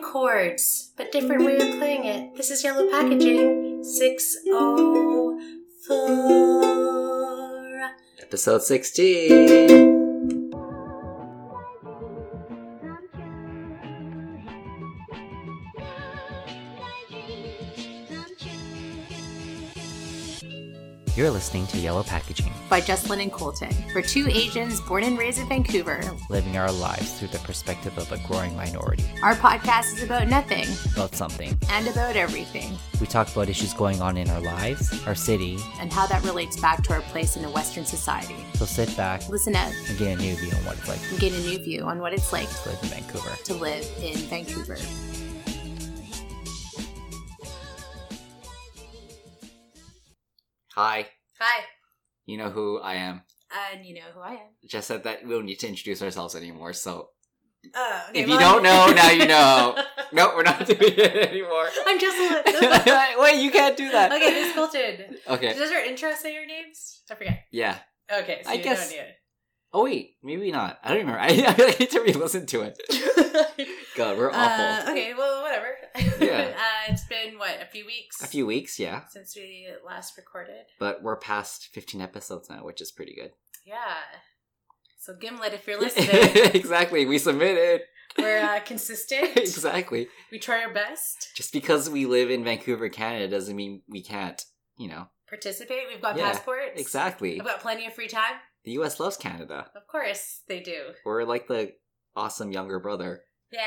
chords, but different way of playing it. This is yellow packaging. Six oh four. Episode 16. You're listening to Yellow Packaging, by Jocelyn and Colton. We're two Asians born and raised in Vancouver. living our lives through the perspective of a growing minority. Our podcast is about nothing About something. and about everything, We talk about issues going on in our lives, our city, and how that relates back to our place in a Western society. so sit back Listen up and get a new view on what it's like and get a new view on what it's like to live in Vancouver. to live in Vancouver. Hi, Hi, you know who I am. and you know who I am. Just said that we don't need to introduce ourselves anymore, so. Oh, If you don't know, now you know. No, we're not doing it anymore. I'm Jocelyn. Wait, you can't do that. okay, this is Colton. Okay, Does our intro say your names? I forget. yeah. Okay, so I you guess- don't need Oh, wait, maybe not. I don't remember. I, I need to re listen to it. it. God, we're awful. Uh, okay, well, whatever. Yeah. uh, it's been, what, a few weeks? A few weeks, yeah. Since we last recorded. But we're past 15 episodes now, which is pretty good. Yeah. So Gimlet, if you're listening, exactly. We submitted. we're uh, consistent. exactly. We try our best. Just because we live in Vancouver, Canada doesn't mean we can't, you know. Participate. We've got Yeah, passports. Exactly. I've got plenty of free time. The US loves Canada. Of course they do. We're like the awesome younger brother. Yeah.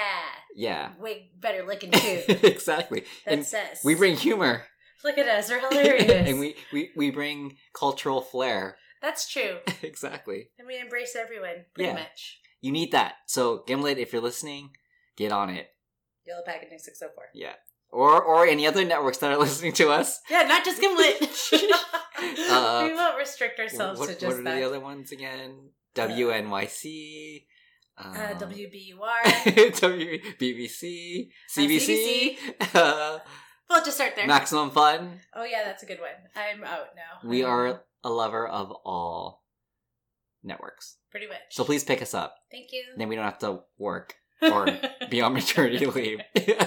Yeah. Way better looking too. exactly. and That's us. we bring humor. Look at us. We're hilarious. and we, we, we bring cultural flair. That's true. exactly. And we embrace everyone pretty Yeah. much. You need that. So, Gimlet, if you're listening, get on it. Yellow packaging 604. Or, or any other networks that are listening to us. Yeah, not just Gimlet. Uh, we won't restrict ourselves what, to what just are that. Uh, the other ones again? WNYC, um, uh, WBUR. WBBC, Uh, CBC, uh, we'll just start there. Maximum Fun. Oh yeah, that's a good one. I'm out now. Um, We I'm are a lover of all networks. pretty much. So please pick us up. Thank you. Then we don't have to work or be on maternity leave. Then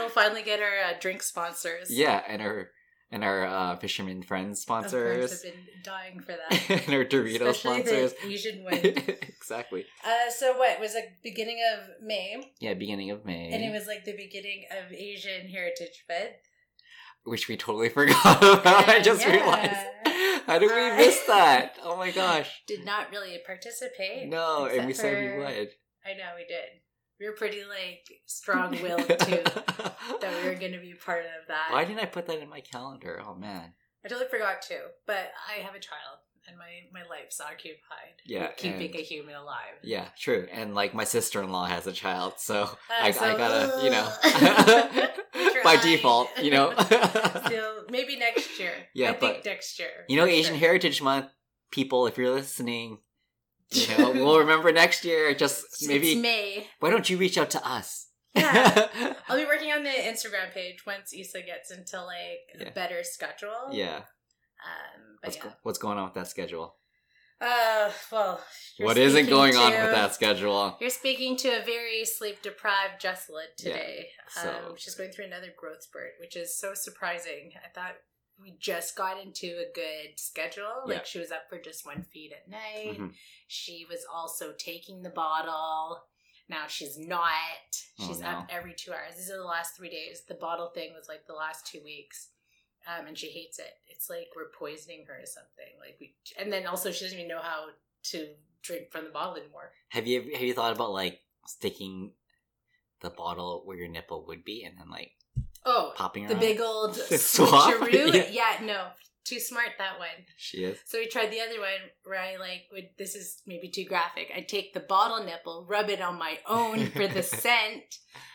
we'll finally get our uh, drink sponsors. yeah, and our and our uh, fisherman friends Of course, sponsors I've been dying for that. and our Dorito Especially sponsors. the Asian one. exactly. uh, so what it was like beginning of May, Yeah, beginning of May. and it was like the beginning of Asian Heritage Month. which we totally forgot about. I just Yeah. realized. How did we Uh, miss that? Oh my gosh. Did not really participate. No, and we except said for- we would. I know we did. We were pretty like strong-willed too. that we were going to be part of that. Why didn't I put that in my calendar? Oh man. I totally forgot to, but I have a child and my, my life's occupied Yeah, with keeping and- a human alive. Yeah, true. And like my sister in law has a child, so Uh, I, so- I gotta, you Uh, know, by Tried. default, you know. so maybe next year. I Yeah, think but- next year. you know, for Asian sure. Heritage Month, people, if you're listening, you know, we'll remember next year. Just It's maybe, May. why don't you reach out to us? Yeah. I'll be working on the Instagram page once Issa gets into like Yeah. a better schedule. yeah. Um, but What's, yeah. go- what's going on with that schedule? Uh, well, you're What isn't speaking going on to- with that schedule? You're speaking to a very sleep deprived Jocelyn today. Yeah, so- um, she's going through another growth spurt, which is so surprising. I thought we just got into a good schedule. Like Yeah. she was up for just one feed at night. Mhm. She was also taking the bottle. Now she's not. Oh, She's no. up every two hours. These are the last three days. The bottle thing was like the last two weeks. Um, and she hates it. It's like we're poisoning her or something. Like we, and then also she doesn't even know how to drink from the bottle anymore. Have you have you thought about like sticking the bottle where your nipple would be and then like Oh, popping the around? big old Swap? switcheroo. Yeah. yeah. no, too smart that one. She is. So we tried the other one where I like would this is maybe too graphic. I take the bottle nipple, rub it on my own for the scent,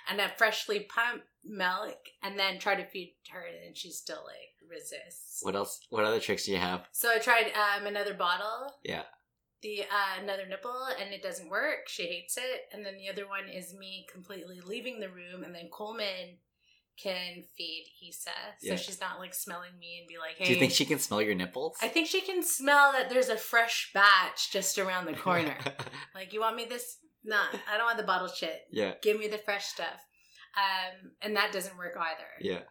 and a freshly pumped milk, and then try to feed her, and she still like resists. What else? What other tricks do you have? So I tried um, another bottle. Yeah. The uh, another nipple and it doesn't work. She hates it. And then the other one is me completely leaving the room, and then Coleman can feed Issa, so Yeah. she's not like smelling me and be like, "Hey." Do you think she can smell your nipples? I think she can smell that there's a fresh batch just around the corner. like, you want me this? Nah, I don't want the bottle shit. yeah. Give me the fresh stuff. Um, and that doesn't work either. Yeah.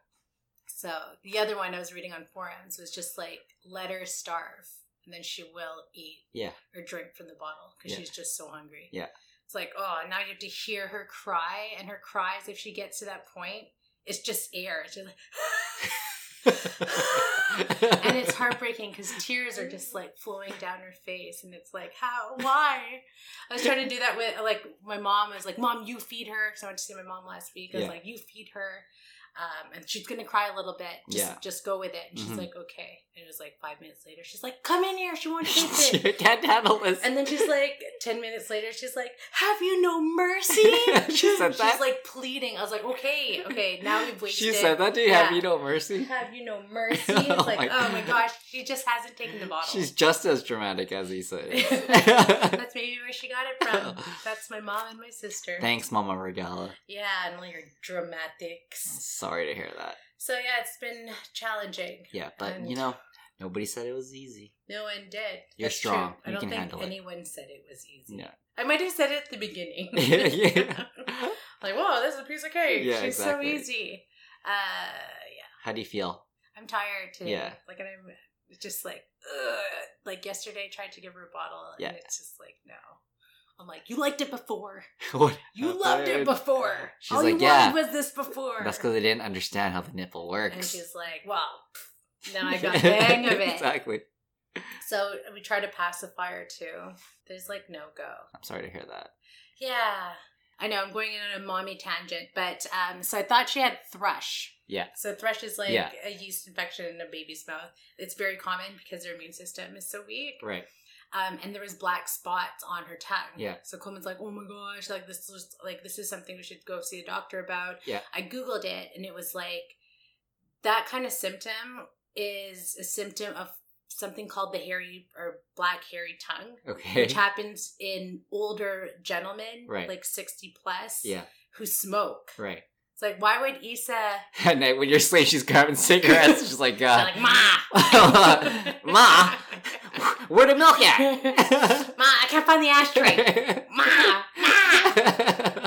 So the other one I was reading on forums was just like, let her starve and then she will eat Yeah. or drink from the bottle because Yeah. she's just so hungry. Yeah. It's like, oh, now you have to hear her cry and her cries if she gets to that point. It's just air. It's just like and it's heartbreaking because tears are just like flowing down her face and it's like how why i was trying to do that with like my mom I was like mom you feed her so i went to see my mom last week i was Yeah. like you feed her um, and she's gonna cry a little bit just Yeah. just go with it and she's Mhm. like okay and it was like five minutes later she's like come in here she won't taste it she can't handle this. and then she's like, ten minutes later, she's like, "Have you no mercy?" She said she's that? like pleading. I was like, "Okay, okay, now we've wasted." she said that to you. Have Yeah. you no mercy? Have you no mercy? Oh It's like, my- oh my gosh, she just hasn't taken the bottle. She's just as dramatic as he said. That's maybe where she got it from. That's my mom and my sister. Thanks, Mama Regala. yeah, and all your dramatics. Sorry to hear that. So yeah, it's been challenging. Yeah, but you know, nobody said it was easy. No one did. You're That's strong. True. I You don't can think handle it. anyone said it was easy. Yeah. I might have said it at the beginning. Yeah. like, whoa, this is a piece of cake. Yeah, She's exactly. so easy. Uh, yeah, How do you feel? I'm tired today. Yeah. Like, and I'm just like, ugh. like yesterday, I tried to give her a bottle, and Yeah. it's just like, no. I'm like, you liked it before. What You happened? loved it before. She's All you like, yeah. wanted was this before. That's because they didn't understand how the nipple works. And she's like, well, pff, now I got the hang of it. exactly. So we try to pacify her too. There's like no go. I'm sorry to hear that. Yeah. I know I'm going in on a mommy tangent, but um, so I thought she had thrush. Yeah. So thrush is like Yeah. a yeast infection in a baby's mouth. It's very common because their immune system is so weak. Right. Um, and there was black spots on her tongue. Yeah. So Coleman's like, oh my gosh, like this is like this is something we should go see a doctor about. Yeah. I googled it, and it was like that kind of symptom is a symptom of something called the hairy or black hairy tongue Okay. which happens in older gentlemen, Right. like 60 plus, Yeah. who smoke. Right. It's like, why would Issa, At night when you're asleep, she's grabbing cigarettes. She's like, They're uh, like, Ma! Ma, where the milk at? Ma, I can't find the ashtray. Ma!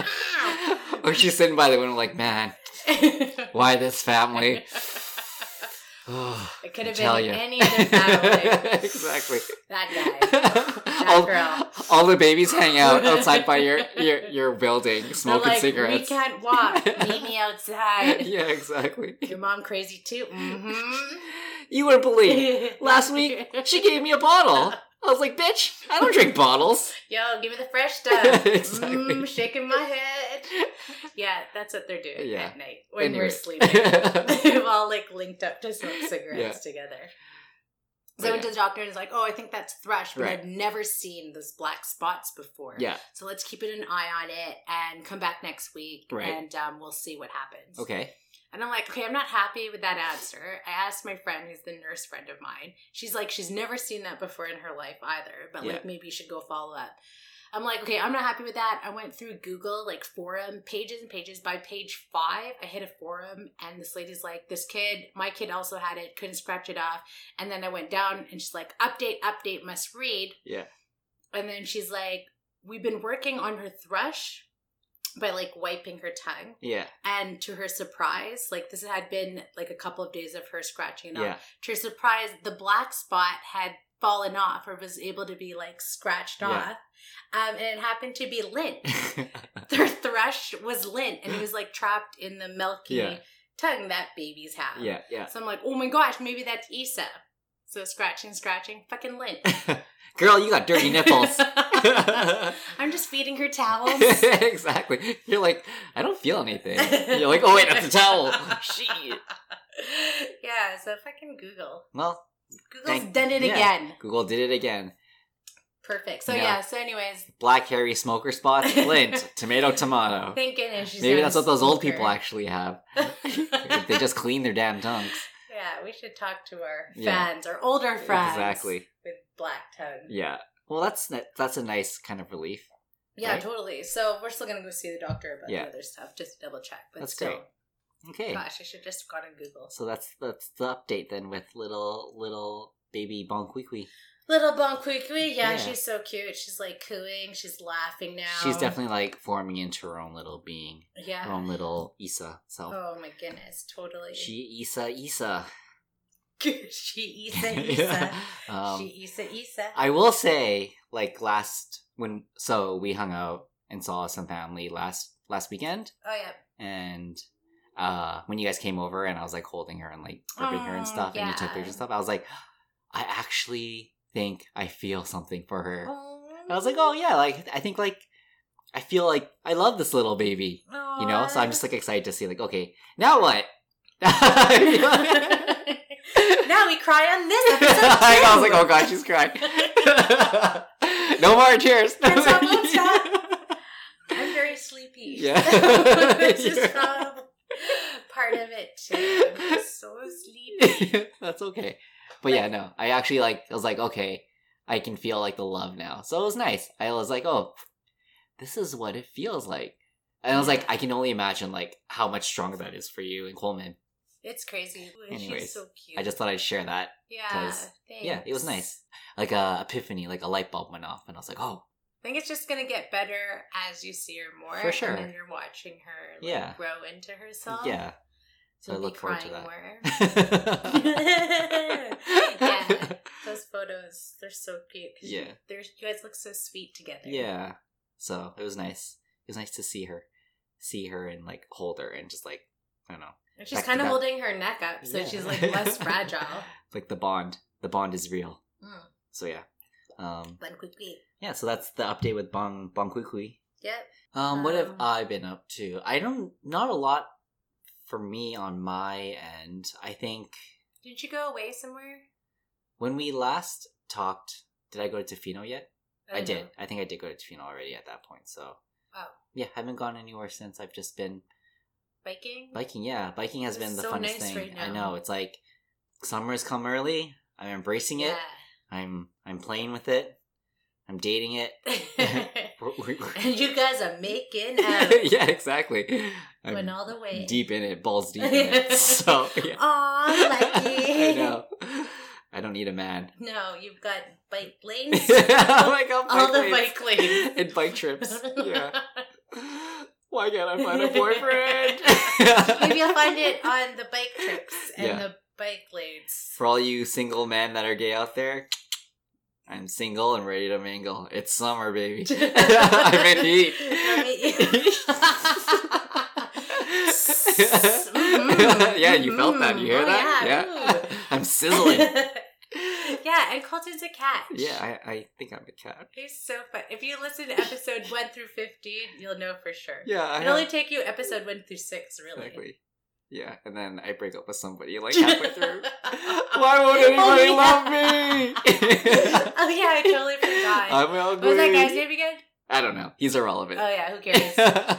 Ma! or she's sitting by the window, like, man, why this family? Oh, it could I have tell been ya. any other family. exactly. that guy. all, girl. all the babies hang out outside by your your, your building, They're smoking like, cigarettes. We can't walk. Meet me outside. yeah, exactly. Your mom crazy too? Mm-hmm. You wouldn't believe. Last week, she gave me a bottle. I was like, bitch, I don't drink bottles. Yo, give me the fresh stuff. Exactly. mm, shaking my head. Yeah, that's what they're doing Yeah. at night when Anyway. we're sleeping. We've all like linked up to smoke cigarettes together. So But I went to the doctor and was like, "Oh, I think that's thrush, but Right. I've never seen those black spots before. yeah. So let's keep it an eye on it and come back next week, Right. and um, we'll see what happens." Okay. And I'm like, okay, I'm not happy with that answer. I asked my friend, who's the nurse friend of mine. She's like, she's never seen that before in her life either, but Yeah. like maybe you should go follow up. I'm like, okay, I'm not happy with that. I went through Google, like forum pages and pages. By page five, I hit a forum, and this lady's like, this kid, my kid also had it, couldn't scratch it off. And then I went down, and she's like, update, update, must read. Yeah. And then she's like, we've been working on her thrush by like wiping her tongue. Yeah. And to her surprise, like this had been like a couple of days of her scratching it Yeah. off. To her surprise, the black spot had fallen off or was able to be like scratched Yeah. off. Um, and it happened to be lint. Their thrush was lint and it was like trapped in the milky Yeah. tongue that babies have. yeah. Yeah. So I'm like, oh my gosh, maybe that's Issa. So scratching, scratching, fucking lint. Girl, you got dirty nipples. I'm just feeding her towels. exactly. You're like, I don't feel anything. You're like, oh wait, that's a towel. Shit. yeah, so fucking Google. Well, Google's Thank- done it yeah. again. Google did it again. Perfect. So Yeah. yeah. So anyways, Black hairy smoker spots, lint, tomato, tomato. thank goodness she's Maybe not a that's what those old smoker. people actually have. If they just clean their damn tongues. yeah, we should talk to our Yeah. fans, our older friends, Exactly. with black tongue. Yeah, Yeah. Well, that's n- that's a nice kind of relief. Right. totally. So we're still gonna go see the doctor about Yeah. the other stuff, just to double check. But That's still, great. Okay. gosh, I should just gone on Google. So that's that's the update then with little little baby Bonquiqui. Little Bon Quiqui, yeah, Yeah. she's so cute. She's like cooing. She's laughing now. She's definitely like forming into her own little being, yeah. her own little Issa. So Oh my goodness, totally. she Issa Issa. she Isa Isa. um, she Isa Isa. I will say, like last when so we hung out and saw some family last last weekend, oh yeah. and uh when you guys came over and I was like holding her and like rubbing her Oh, and stuff, and you took yeah. pictures and stuff, I was like, I actually think I feel something for her. Oh, And I was like, oh yeah, like I think like I feel like I love this little baby, you know. So I'm just like excited to see like okay, now what? I now we cry on this episode. was like, too. oh god, she's crying. no more tears. That's how it looks, I'm very sleepy. Yeah. this is You're- probably part of it too. I'm just so sleepy. That's okay. But yeah, no, I actually like. I was like, okay, I can feel like the love now. So it was nice. I was like, oh, this is what it feels like. And I was like, I can only imagine like how much stronger that is for you and Coleman. It's crazy. She's Anyways, so cute. I just thought I'd share that. yeah, 'cause- yeah, it was thanks. nice. Like a epiphany, like a light bulb went off, and I was like, oh, I think it's just gonna get better as you see her more. For sure. And then you're watching her like, Yeah. grow into herself. yeah. So I You'll be look forward to crying that. more. Yeah. Those photos, they're so cute. 'cause Yeah. You, they're- you guys look so sweet together. Yeah. So it was nice. It was nice to see her, see her, and like hold her, and just like I don't know. And she's Back to kind of back. holding her neck up, so Yeah. she's like less fragile. Like the bond, the bond is real. Mm. So yeah, um, But quickly. yeah. So that's the update with Bong Bong Kui Kui. Yep. Um, what have Um, I been up to? I don't. Not a lot for me on my end. I think Did you go away somewhere? when we last talked, did I go to Tofino yet? I, don't did. know. I think I did go to Tofino already at that point. So Uh, Oh, yeah, haven't gone anywhere since. I've just been biking? Biking, yeah, biking has It's been the so funnest nice thing. right I now. know it's like summer's come early. I'm embracing it. I'm I'm playing with it. I'm dating it. We're- we're- and you guys are making out. yeah, exactly. I'm Went all the way. deep in it, balls deep in it. So yeah, Aw, Lucky. I know. I don't need a man. No, you've got bike oh lanes. my god, All the lanes. bike lanes. and bike trips. Yeah. Why can't I find a boyfriend? Maybe you'll find it on the bike trips and Yeah. the bike lanes. For all you single men that are gay out there, I'm single and ready to mingle. It's summer, baby. I'm in heat. I'm in heat. Mm, yeah, you felt that. You hear oh, that? yeah, Yeah. I'm sizzling. yeah, and Colton's a cat. Yeah, I, I think I'm a cat. He's so fun. If you listen to episode 1 through 15, you'll know for sure. Yeah, I It'd have- only take you episode 1 through 6, really. exactly. Yeah, and then I break up with somebody like halfway through. Why won't Oh, anybody yeah. love me? oh, yeah, I totally forgot. I'm ugly. what was that guy's name again? I don't know. He's irrelevant. Oh, yeah, who cares?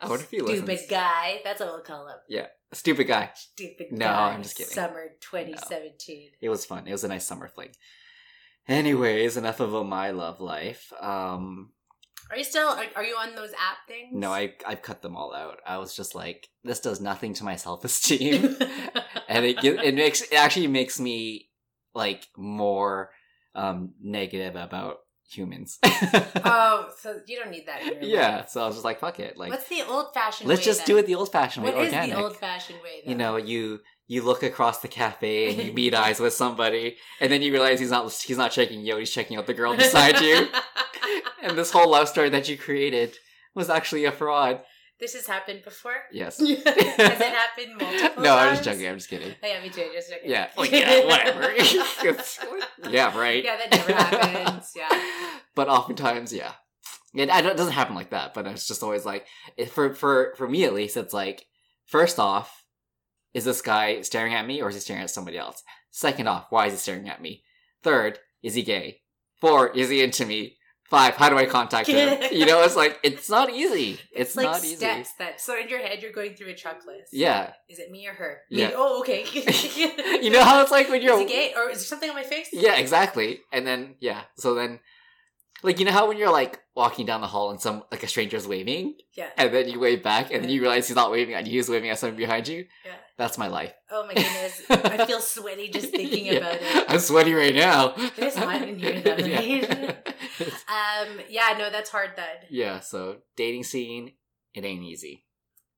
I wonder if he Stupid listens. guy. That's what we'll call him. Stupid guy. Stupid No, guy. I'm just kidding. Summer 2017. It was fun. It was a nice summer fling. Anyways, enough about my love life. Um, Are you still, are, are you on those app things? no, I I've cut them all out. I was just like, this does nothing to my self esteem, and it gi- it makes it actually makes me like more um negative about humans. Oh, so you don't need that. In your life. yeah, so I was just like, fuck it. Like, What's the old fashioned way? let's just do it the old fashioned way, What is organic. the old fashioned way? Though? you know, you you look across the cafe and you meet eyes with somebody, and then you realize he's not he's not checking you, out, he's checking out the girl beside you. and this whole love story that you created was actually a fraud. this has happened before? Yes. Has it happened multiple no, I'm times? just joking. I'm just kidding. Oh, yeah, me too. Just joking. Yeah. Like, yeah, whatever. It's- yeah, right. Yeah, that never happens. Yeah. But oftentimes, yeah. It, I don't, it doesn't happen like that, but it's just always like, it, for, for, for me at least, it's like, first off, is this guy staring at me or is he staring at somebody else? Second off, why is he staring at me? Third, is he gay? Four, is he into me? Five, how do I contact him? you know, it's like, it's not easy. It's, It's like not easy. steps that. So in your head, you're going through a checklist. Yeah. Is it me or her? Yeah. Me. Oh, okay. You know how it's like when you're Is it gay or is there something on my face? Yeah, exactly. And then yeah, so then Like you know how when you're like walking down the hall and some like a stranger's waving, Yeah. and then you wave back, and then you realize he's not waving at you; he's waving at someone behind you. Yeah. That's my life. Oh my goodness. I feel sweaty just thinking Yeah. about it. I'm sweaty right now. There's mine in here that night. yeah. Um, yeah, no, that's hard then. Yeah, So dating scene, it ain't easy.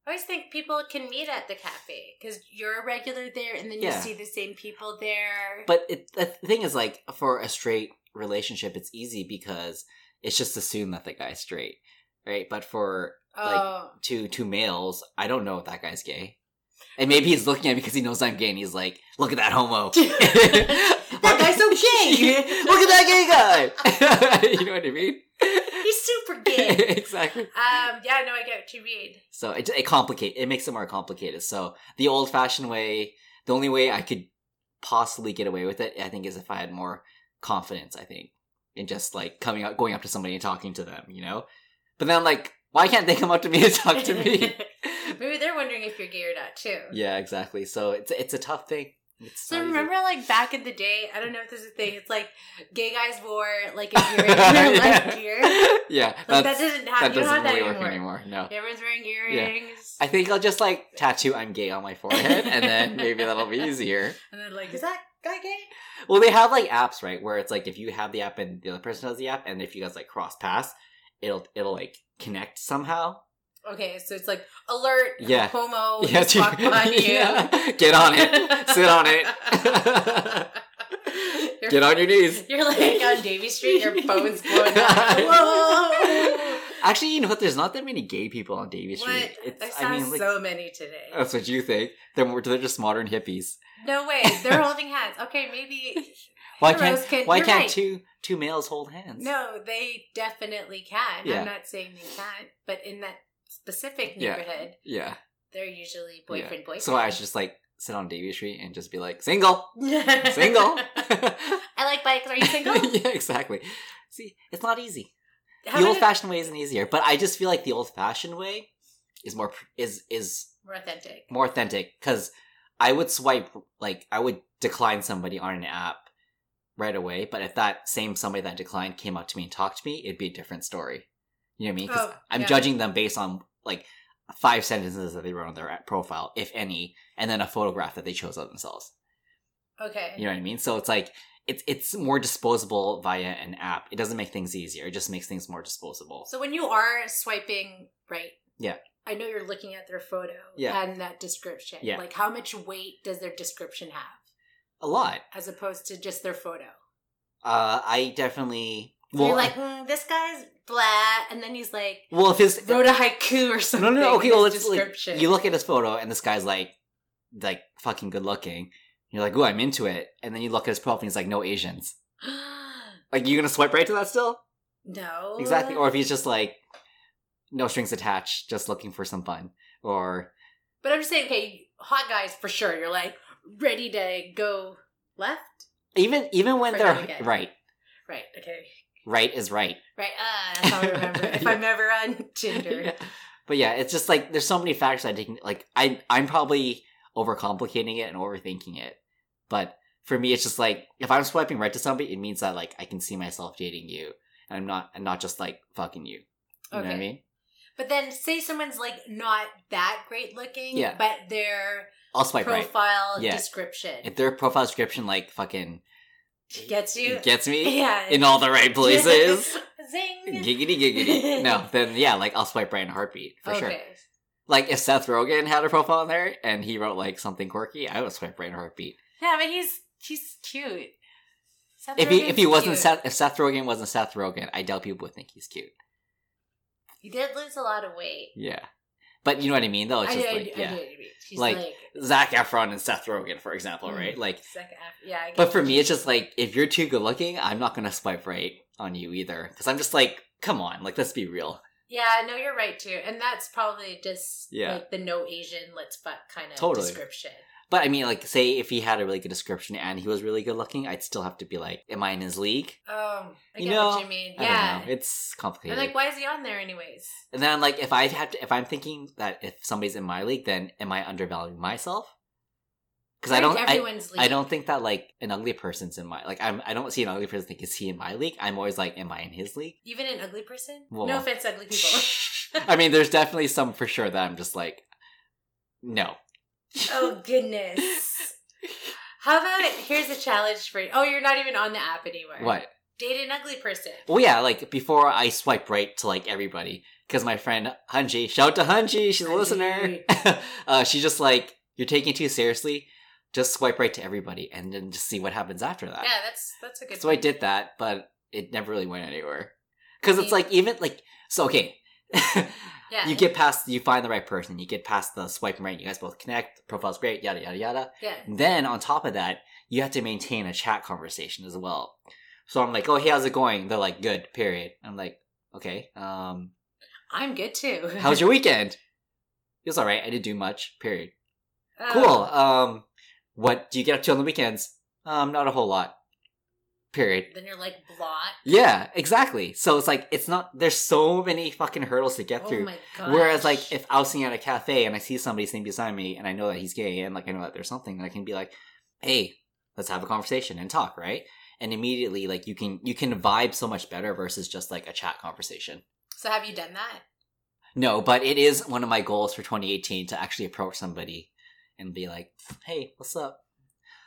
I always think people can meet at the cafe because you're a regular there, and then Yeah. you see the same people there. But it, the thing is, like for a straight relationship, it's easy because it's just assumed that the guy's straight, right? But for oh, two two males, I don't know if that guy's gay, and maybe he's looking at me because he knows I'm gay, and he's like, "Look at that homo." That guy's so gay. Look at that gay guy. you know what I mean? he's super gay. exactly. um, yeah, no, I get what you mean. So it it complicate it makes it more complicated. So the old fashioned way, the only way I could possibly get away with it, I think, is if I had more confidence. I think in just like coming up, going up to somebody and talking to them, you know. But then I'm like, why can't they come up to me and talk to me? Maybe they're wondering if you're gay or not too. yeah, exactly. So it's it's a tough thing. It's So not easy. remember, like back in the day, I don't know if this is a thing. It's like gay guys wore like a earring, or, like gear. Like yeah, that that's- doesn't that happen. You don't have doesn't that really work anymore. anymore. No. Everyone's wearing earrings. I think I'll just like tattoo I'm gay on my forehead and then maybe that'll be easier. And they're like, is that guy gay? Well, they have like apps, right? Where it's like if you have the app and the other person has the app, and if you guys like cross paths, it'll it'll like connect somehow. Okay, so it's like alert, Yeah. homo, Yeah, Oh, just walk behind you. yeah. get on it, sit on it, You're- get on your knees. You're like on Davy Street, your phone's blowing up. Whoa! Actually, you know what? There's not that many gay people on Davy What? Street. It's, I saw I mean, like, uh, so many today. that's what you think. They're more, they're just modern hippies. No way, they're holding hands. Okay, maybe. Why Heroes can't can- why you're can't right. two two males hold hands? No, they definitely can. Yeah. I'm not saying they can't, but in that specific Yeah. neighborhood, Yeah. they're usually yeah. boyfriend boyfriend. So I should just like sit on Davy Street and just be like single, should single. I like bikes. Are you single? yeah, exactly. See, it's not easy. How the about old if- fashioned way isn't easier, but I just feel like the old fashioned way is more pr- is is We're authentic. more authentic because I would swipe like I would decline somebody on an app right away, but if that same somebody that declined came up to me and talked to me, it'd be a different story. You know what I mean? 'Cause Oh, I'm yeah. judging them based on like five sentences that they wrote on their app profile, if any, and then a photograph that they chose of themselves. Okay. You know what I mean? So it's like it's it's more disposable via an app. It doesn't make things easier. It just makes things more disposable. So when you are swiping right, Yeah. I know you're looking at their photo Yeah. and that description. Yeah. Like how much weight does their description have A lot. as opposed to just their photo? Uh, I definitely. So Well, you're like, "Hmm, this guy's blah, and then he's like well, if his wrote a haiku or no, something. no, no. Okay, in well, his it's like description. you look at his photo, and this guy's like, like fucking good looking. You're like, ooh, I'm into it. And then you look at his profile, and he's like, no Asians. Like, you gonna swipe right to that still? no, Exactly. Or if he's just like, no strings attached, just looking for some fun. Or but I'm just saying, okay, hot guys for sure. You're like ready to go left, even even when For they're another guy. right, right? Okay, right is right. right. Uh, that's how I remember if I'm ever on Tinder. Yeah. But yeah, it's just like there's so many factors I didn't like. I I'm probably overcomplicating it and overthinking it. But for me, it's just like if I'm swiping right to somebody, it means that like I can see myself dating you, and I'm not and not just like fucking you. You know what I Okay. mean? But then say someone's like not that great looking, Yeah. but their I'll swipe right. profile Yeah. description If their profile description like fucking gets you. gets me yeah. in all the right places, Zing. giggity giggity. No, then yeah, like I'll swipe right in a heartbeat for okay. sure. Like if Seth Rogen had a profile in there and he wrote like something quirky, I would swipe right in a heartbeat. Yeah, but he's he's cute. Seth If he if Rogen's he wasn't cute. Seth if Seth Rogen wasn't Seth Rogen, I doubt people would think he's cute. he did lose a lot of weight. Yeah, but you know what I mean though. It's I, just I, like I, yeah, know what you mean. She's Like, like, Zach Efron and Seth Rogen, for example, Mm. right? Like, second half. Yeah. I but for me, it's just like if you're too good looking, I'm not gonna swipe right on you either because I'm just like, come on, like let's be real. yeah, no, you're right too, and that's probably just Yeah. like the no Asian let's fuck kind of Totally. description. But I mean, like, say if he had a really good description and he was really good looking, I'd still have to be like, am I in his league? Oh, I You get know, what you mean. I Yeah, don't know. It's complicated. and like, why is he on there anyways? And then like if I have to if I'm thinking that if somebody's in my league, then am I undervaluing myself? because I don't. I, Everyone's league. I don't think that like an ugly person's in my like. I'm. I don't see an ugly person. Think is he in my league? I'm always like, am I in his league? Even an ugly person? Well- no offense, ugly people. I mean, there's definitely some for sure that I'm just like, no. oh goodness. How about here's a challenge for you? Oh, you're not even on the app anymore. What? Date an ugly person. Well, yeah, like before I swipe right to like everybody, because my friend Hunji, shout out to Hunji, she's a listener. uh, she's just like, you're taking it too seriously. Just swipe right to everybody, and then just see what happens after that. Yeah, that's that's a good. Uh, So I one. did that, but it never really went anywhere. Because it's Yeah. like even like so okay. Yeah, you get past you find the right person, you get past the swipe right, you guys both connect, the profile's great, yada yada yada. yeah. Then on top of that, you have to maintain a chat conversation as well. So I'm like, oh hey, how's it going? They're like, good, period. I'm like, okay, um, I'm good too. how's your weekend? It was alright, I didn't do much, period. Uh, Cool. Um what do you get up to on the weekends? Um, not a whole lot. Period. Then you're like blot. Yeah, exactly. So it's like it's not. There's so many fucking hurdles to get Oh through. my god. Whereas, like, if I was sitting at a cafe and I see somebody sitting beside me and I know that he's gay and like I know that there's something, and I can be like, "Hey, let's have a conversation and talk," right? And immediately, like, you can you can vibe so much better versus just like a chat conversation. so have you done that? No, but it is one of my goals for 2018 to actually approach somebody and be like, "Hey, what's up?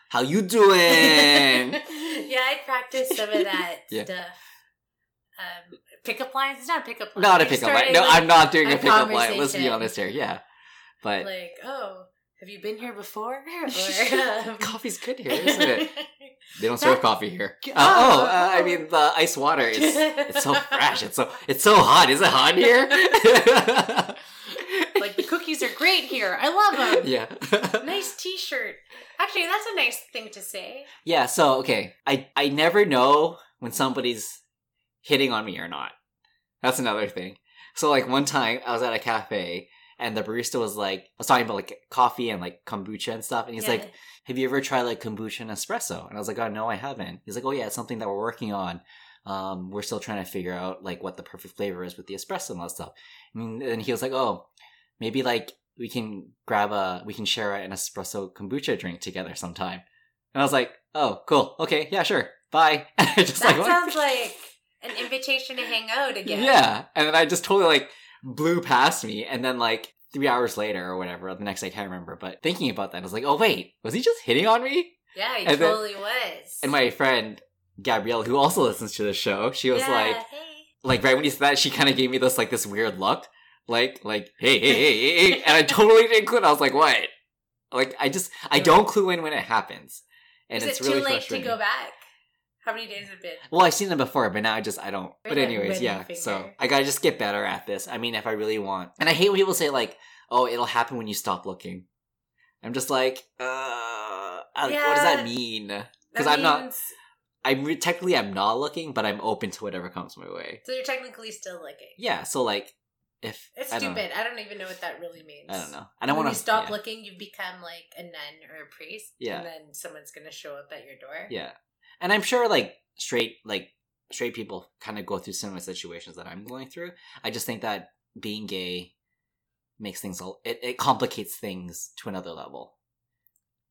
How you doing?" yeah, I practiced some of that Yeah. stuff. Um, pickup lines. It's not a pickup line. not a I pickup started, line. No, like- I'm not doing a a pickup line. Let's be conversation. honest here. Yeah, but like, oh, have you been here before? Or, um, coffee's good here, isn't it? They don't That- serve coffee here. Uh, Oh. oh, uh, I mean the ice water is it's so fresh. It's so it's so hot. Is it hot here? like the cookies are great here. I love them. yeah, Nice T-shirt. Actually, that's a nice thing to say. yeah. So okay, I I never know when somebody's hitting on me or not. That's another thing. So like one time I was at a cafe and the barista was like, I was talking about like coffee and like kombucha and stuff, and he's Yeah. like, have you ever tried like kombucha and espresso? And I was like, oh, no, I haven't. He's like, oh, yeah, it's something that we're working on. Um, we're still trying to figure out like what the perfect flavor is with the espresso and all that stuff. And then he was like, oh, maybe like we can grab a, we can share an espresso kombucha drink together sometime. And I was like, oh, cool. Okay. Yeah, sure. Bye. just that like, sounds like an invitation to hang out again. yeah. And then I just totally like blew past me. And then like three hours later or whatever, the next day, I can't remember, but thinking about that, I was like, oh, wait, was he just hitting on me? yeah, he And then- totally was. And my friend Gabrielle, who also listens to the show, she was Yeah, like, hey. like right when he said that, she kind of gave me this like this weird look, like like hey hey hey hey, hey. and I totally didn't clue. In. I was like, what? Like I just I don't clue in when it happens, and Is it's it really too late to frustrating. go back? How many days have it been? Well, I've seen them before, but now I just I don't. Or But that anyways, wedding yeah. finger. So I gotta just get better at this. I mean, if I really want, and I hate when people say like, "Oh, it'll happen when you stop looking." I'm just like, uh, I- what does Yeah. that mean? Because That I'm not. means- I'm re- technically I'm not looking, but I'm open to whatever comes my way. So you're technically still looking. Yeah, so like if It's I don't know. stupid. I don't even know what that really means. I don't know. I don't when want you to stop yeah, looking, you become like a nun or a priest. Yeah. And then someone's gonna show up at your door. Yeah, and I'm sure like straight like straight people kind of go through similar situations that I'm going through. I just think that being gay makes things all it, it complicates things to another level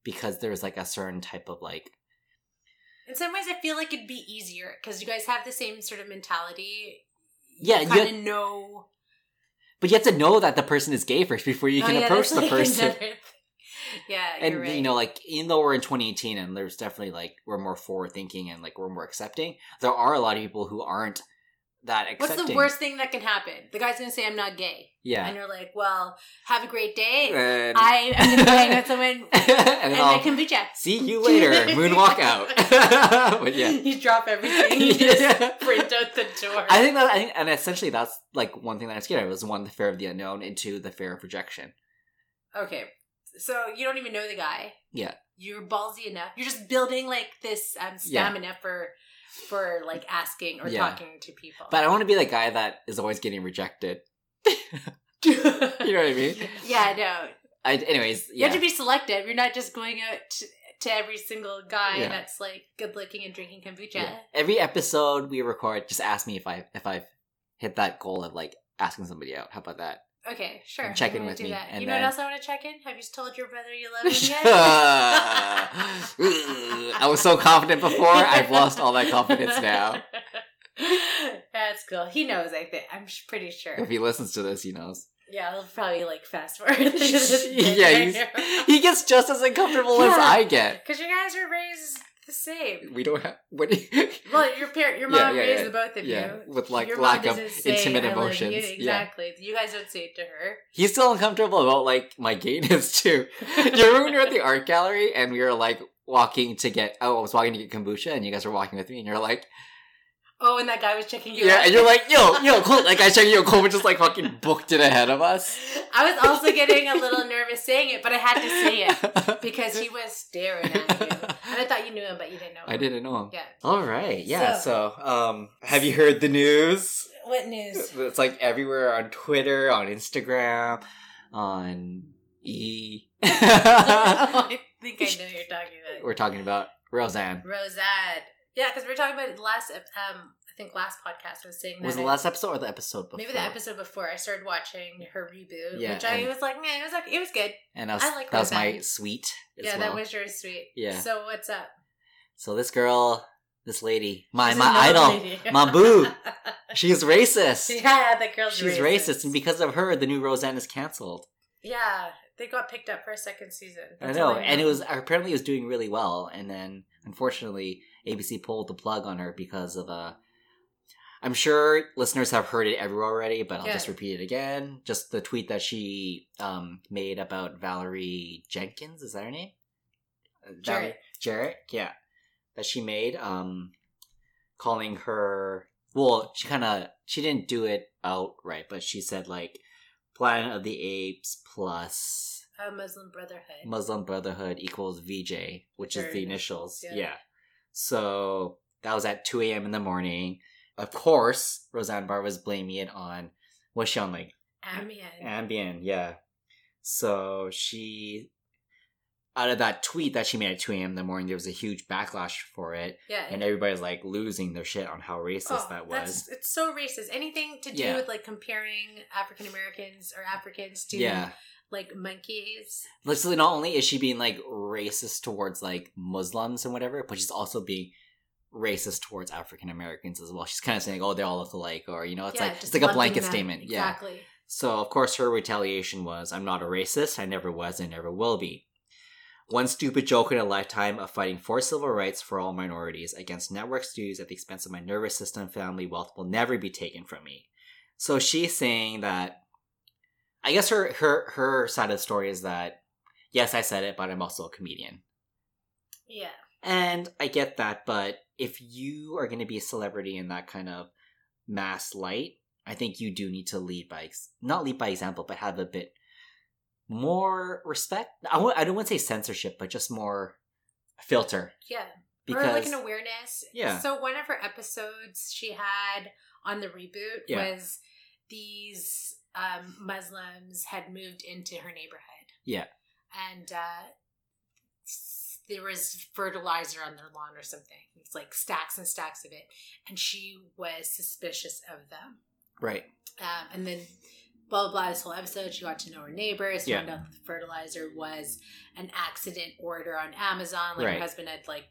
because there's like a certain type of like In some ways, I feel like it'd be easier because you guys have the same sort of mentality. Yeah, you you- kind of know. but you have to know that the person is gay first before you Oh, can yeah, approach that's, the like, person. another thing. yeah, and you're right. you know like even though we're in 2018 and there's definitely like we're more forward thinking and like we're more accepting there are a lot of people who aren't that what's accepting the worst thing that can happen? The guy's gonna say, "I'm not gay," yeah and you're like, "Well, have a great day. and, I am gonna go hang out with someone and and then I I'll can be Jeff." see you later moonwalk out but yeah you drop everything. You just Yeah. sprint out the door. I think that I think, and essentially that's like one thing that I'm scared of is one the fear of the unknown and two the fear of rejection. Okay. So you don't even know the guy. Yeah. You're ballsy enough. You're just building like this um, stamina for for like asking or Yeah. talking to people. But I want to be the guy that is always getting rejected. You know what I mean? yeah, no. I, anyways, You yeah, have to be selective. You're not just going out to, to every single guy Yeah. that's like good looking and drinking kombucha. Yeah. Every episode we record, just ask me if I if I've hit that goal of like asking somebody out. How about that? Okay, sure. Check I'm in gonna with do me, That. and you know then- what else I want to check in? Have you told your brother you love him yet? I was so confident before. I've lost all that confidence now. That's cool. He knows. I think I'm sh- pretty sure. If he listens to this, he knows. Yeah, I'll probably like fast forward. to this bit yeah, he's, right now. he gets just as uncomfortable as Yeah. I get. Because you guys were raised the same. We don't have. What, Well, your parent, your Yeah, mom yeah, raised yeah. the both of yeah, you. with like your mom lack of doesn't say, intimate "I love you." emotions. Yeah, Exactly. You guys don't say it to her. he's still uncomfortable about like my gayness too. Do you remember when we were at the art gallery and we were like walking to get? Oh, I was walking to get kombucha, and you guys were walking with me, and you're like, Oh, and that guy was checking you. yeah, out. and you're like, yo, yo, Cole, like I checked, yo, Coleman just like fucking booked it ahead of us. I was also getting a little nervous saying it, but I had to say it because he was staring at you, and I thought you knew him, but you didn't know. Him. I didn't know him. Yeah. All right, yeah. So, um, have you heard the news? What news? It's like everywhere on Twitter, on Instagram, on E. oh, I think I know who you're talking about. We're talking about Roseanne. Rosette. Yeah, because we were talking about it last. ep- Um, I think last podcast was saying that Was the I- last episode or the episode before? maybe the episode before I started watching her reboot, Yeah, which I and- was like, man, it was like it was good. And that was, I like that was my Roseanne. sweet. As yeah, well. that was yours, sweet. Yeah. So what's up? So this girl, this lady, my She's my another idol, lady. my boo. she's racist. yeah, the girl's she's racist. racist. and because of her, the new Roseanne is canceled. yeah, they got picked up for a second season. That's I know, all and it was apparently it was doing really well, and then unfortunately, ABC pulled the plug on her because of Uh, I'm sure listeners have heard it everywhere already, but I'll Yeah. just repeat it again. Just the tweet that she um, made about Valerie Jenkins is that her name? Uh, Valerie- Jarrett, yeah, that she made, um, calling her. Well, she kind of she didn't do it outright, but she said like Planet of the Apes plus uh, Muslim Brotherhood. Muslim Brotherhood equals VJ, which is Their the initials. initials, Yeah. yeah. So that was at 2 a.m. in the morning. Of course, Roseanne Barr was blaming it on, was she on like Amiens. Ambien? Yeah. So she, out of that tweet that she made at 2 a.m. in the morning, there was a huge backlash for it. Yeah. And everybody's like losing their shit on how racist that was. Oh, That's, it's so racist. Anything to do Yeah. with like comparing African Americans or Africans to yeah. like monkeys. Literally, not only is she being like racist towards like Muslims and whatever, but she's also being racist towards African Americans as well. She's kind of saying, "Oh, they all look alike," or you know, it's like it's just like a lumping blanket them. statement. Yeah. Exactly. So of course, her retaliation was, "I'm not a racist. I never was. I never will be." One stupid joke in a lifetime of fighting for civil rights for all minorities against networks' dues at the expense of my nervous system, family, wealth will never be taken from me. So she's saying that I guess her her her side of the story is that yes, I said it, but I'm also a comedian. Yeah. And I get that, but if you are going to be a celebrity in that kind of mass light, I think you do need to lead by ex- not lead by example, but have a bit more respect. I w- I don't want to say censorship, but just more filter Yeah. because or like an awareness. Yeah. So one of her episodes she had on the reboot Yeah. was these um, Muslims had moved into her neighborhood. Yeah. And uh, s- there was fertilizer on their lawn or something. It's like stacks and stacks of it, and she was suspicious of them. right, Um, and then blah, blah blah. This whole episode, she got to know her neighbors. Yeah. Found out that the fertilizer was an accident order on Amazon. Like Right. her husband had like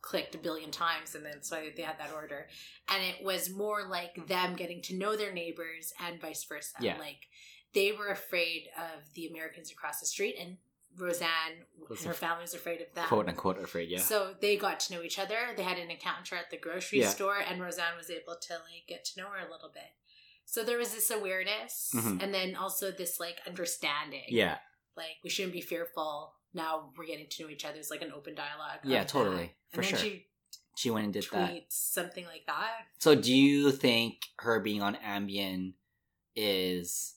clicked a billion times, and then so they had that order. And it was more like them getting to know their neighbors and vice versa. Yeah. Like they were afraid of the Americans across the street, and Roseanne Was and her af- family was afraid of them. quote unquote afraid. Yeah, So they got to know each other. They had an encounter at the grocery Yeah. store, and Roseanne was able to like get to know her a little bit. So there was this awareness, Mhm. and then also this like understanding. yeah, like we shouldn't be fearful. Now we're getting to know each other. It's like an open dialogue. of yeah, that. totally for and then sure. She, she went and did tweets that. something like that. So, do you think her being on Ambien is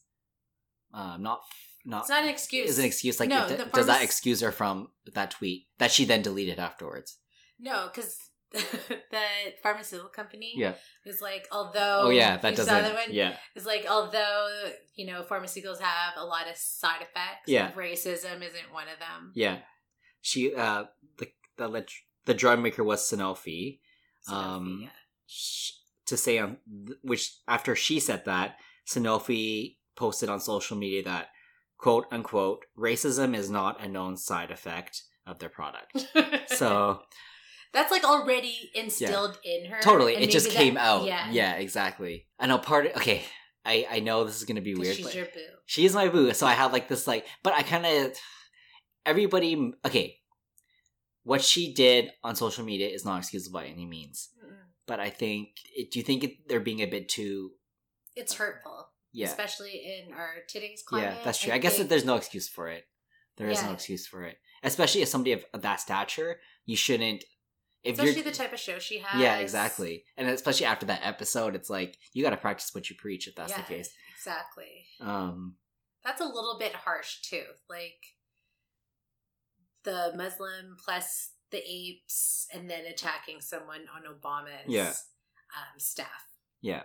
um, not not It's not an excuse. is an excuse. Like, No, it- the does that pharmac- excuse her from that tweet that she then deleted afterwards? No, because the pharmaceutical company Yeah. was like, although Oh, yeah, that you saw doesn't. that one? Yeah, It's like although you know pharmaceuticals have a lot of side effects, Yeah. racism isn't one of them. yeah. She uh the the lit- the drug maker was Sanofi. So, Um, yeah. Sh- to say on which after she said that Sanofi posted on social media that quote unquote racism is not a known side effect of their product. so That's like already instilled in her. Totally, and it just maybe came that- out. Yeah. Yeah. exactly. I know part. Of, okay, I I know this is gonna be 'Cause weird. She's but- your boo. she is my boo. So I have like this like, but I kind of everybody. Okay, what she did on social media is not excusable by any means. Mm-mm. But I think, it, do you think it, they're being a bit too? It's hurtful, Uh, Yeah, especially in our today's climate. yeah, that's true. I, guess that think- there's no excuse for it. There is no Yeah. excuse for it, especially as somebody of that stature. You shouldn't. If especially you're, the type of show she has. yeah, exactly, and especially after that episode, it's like you got to practice what you preach. If that's Yeah, the case, Exactly. um, That's a little bit harsh too. Like the Muslim plus the apes, and then attacking someone on Obama's Yeah. um, staff. Yeah.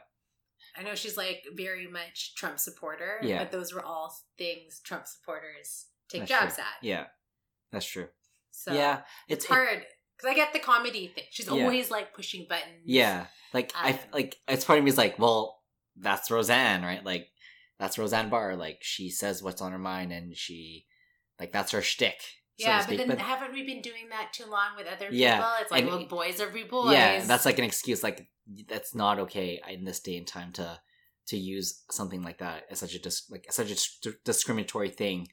I know she's like very much Trump supporter, Yeah. but those were all things Trump supporters take That's jobs true. at. yeah, that's true. So yeah, it's, it's, it- hard because I get the comedy thing. She's Yeah. always like pushing buttons. Yeah, like I f- Um, like it's part of me is like, well, that's Roseanne, right? Like that's Roseanne Barr. Like she says what's on her mind, and she like that's her shtick. So yeah, to speak. but then haven't we been doing that too long with other people? Yeah, It's like, and- well, boys are boys. yeah, that's like an excuse. Like that's not okay in this day and time to to use something like that as such a dis- like as such a dis- discriminatory thing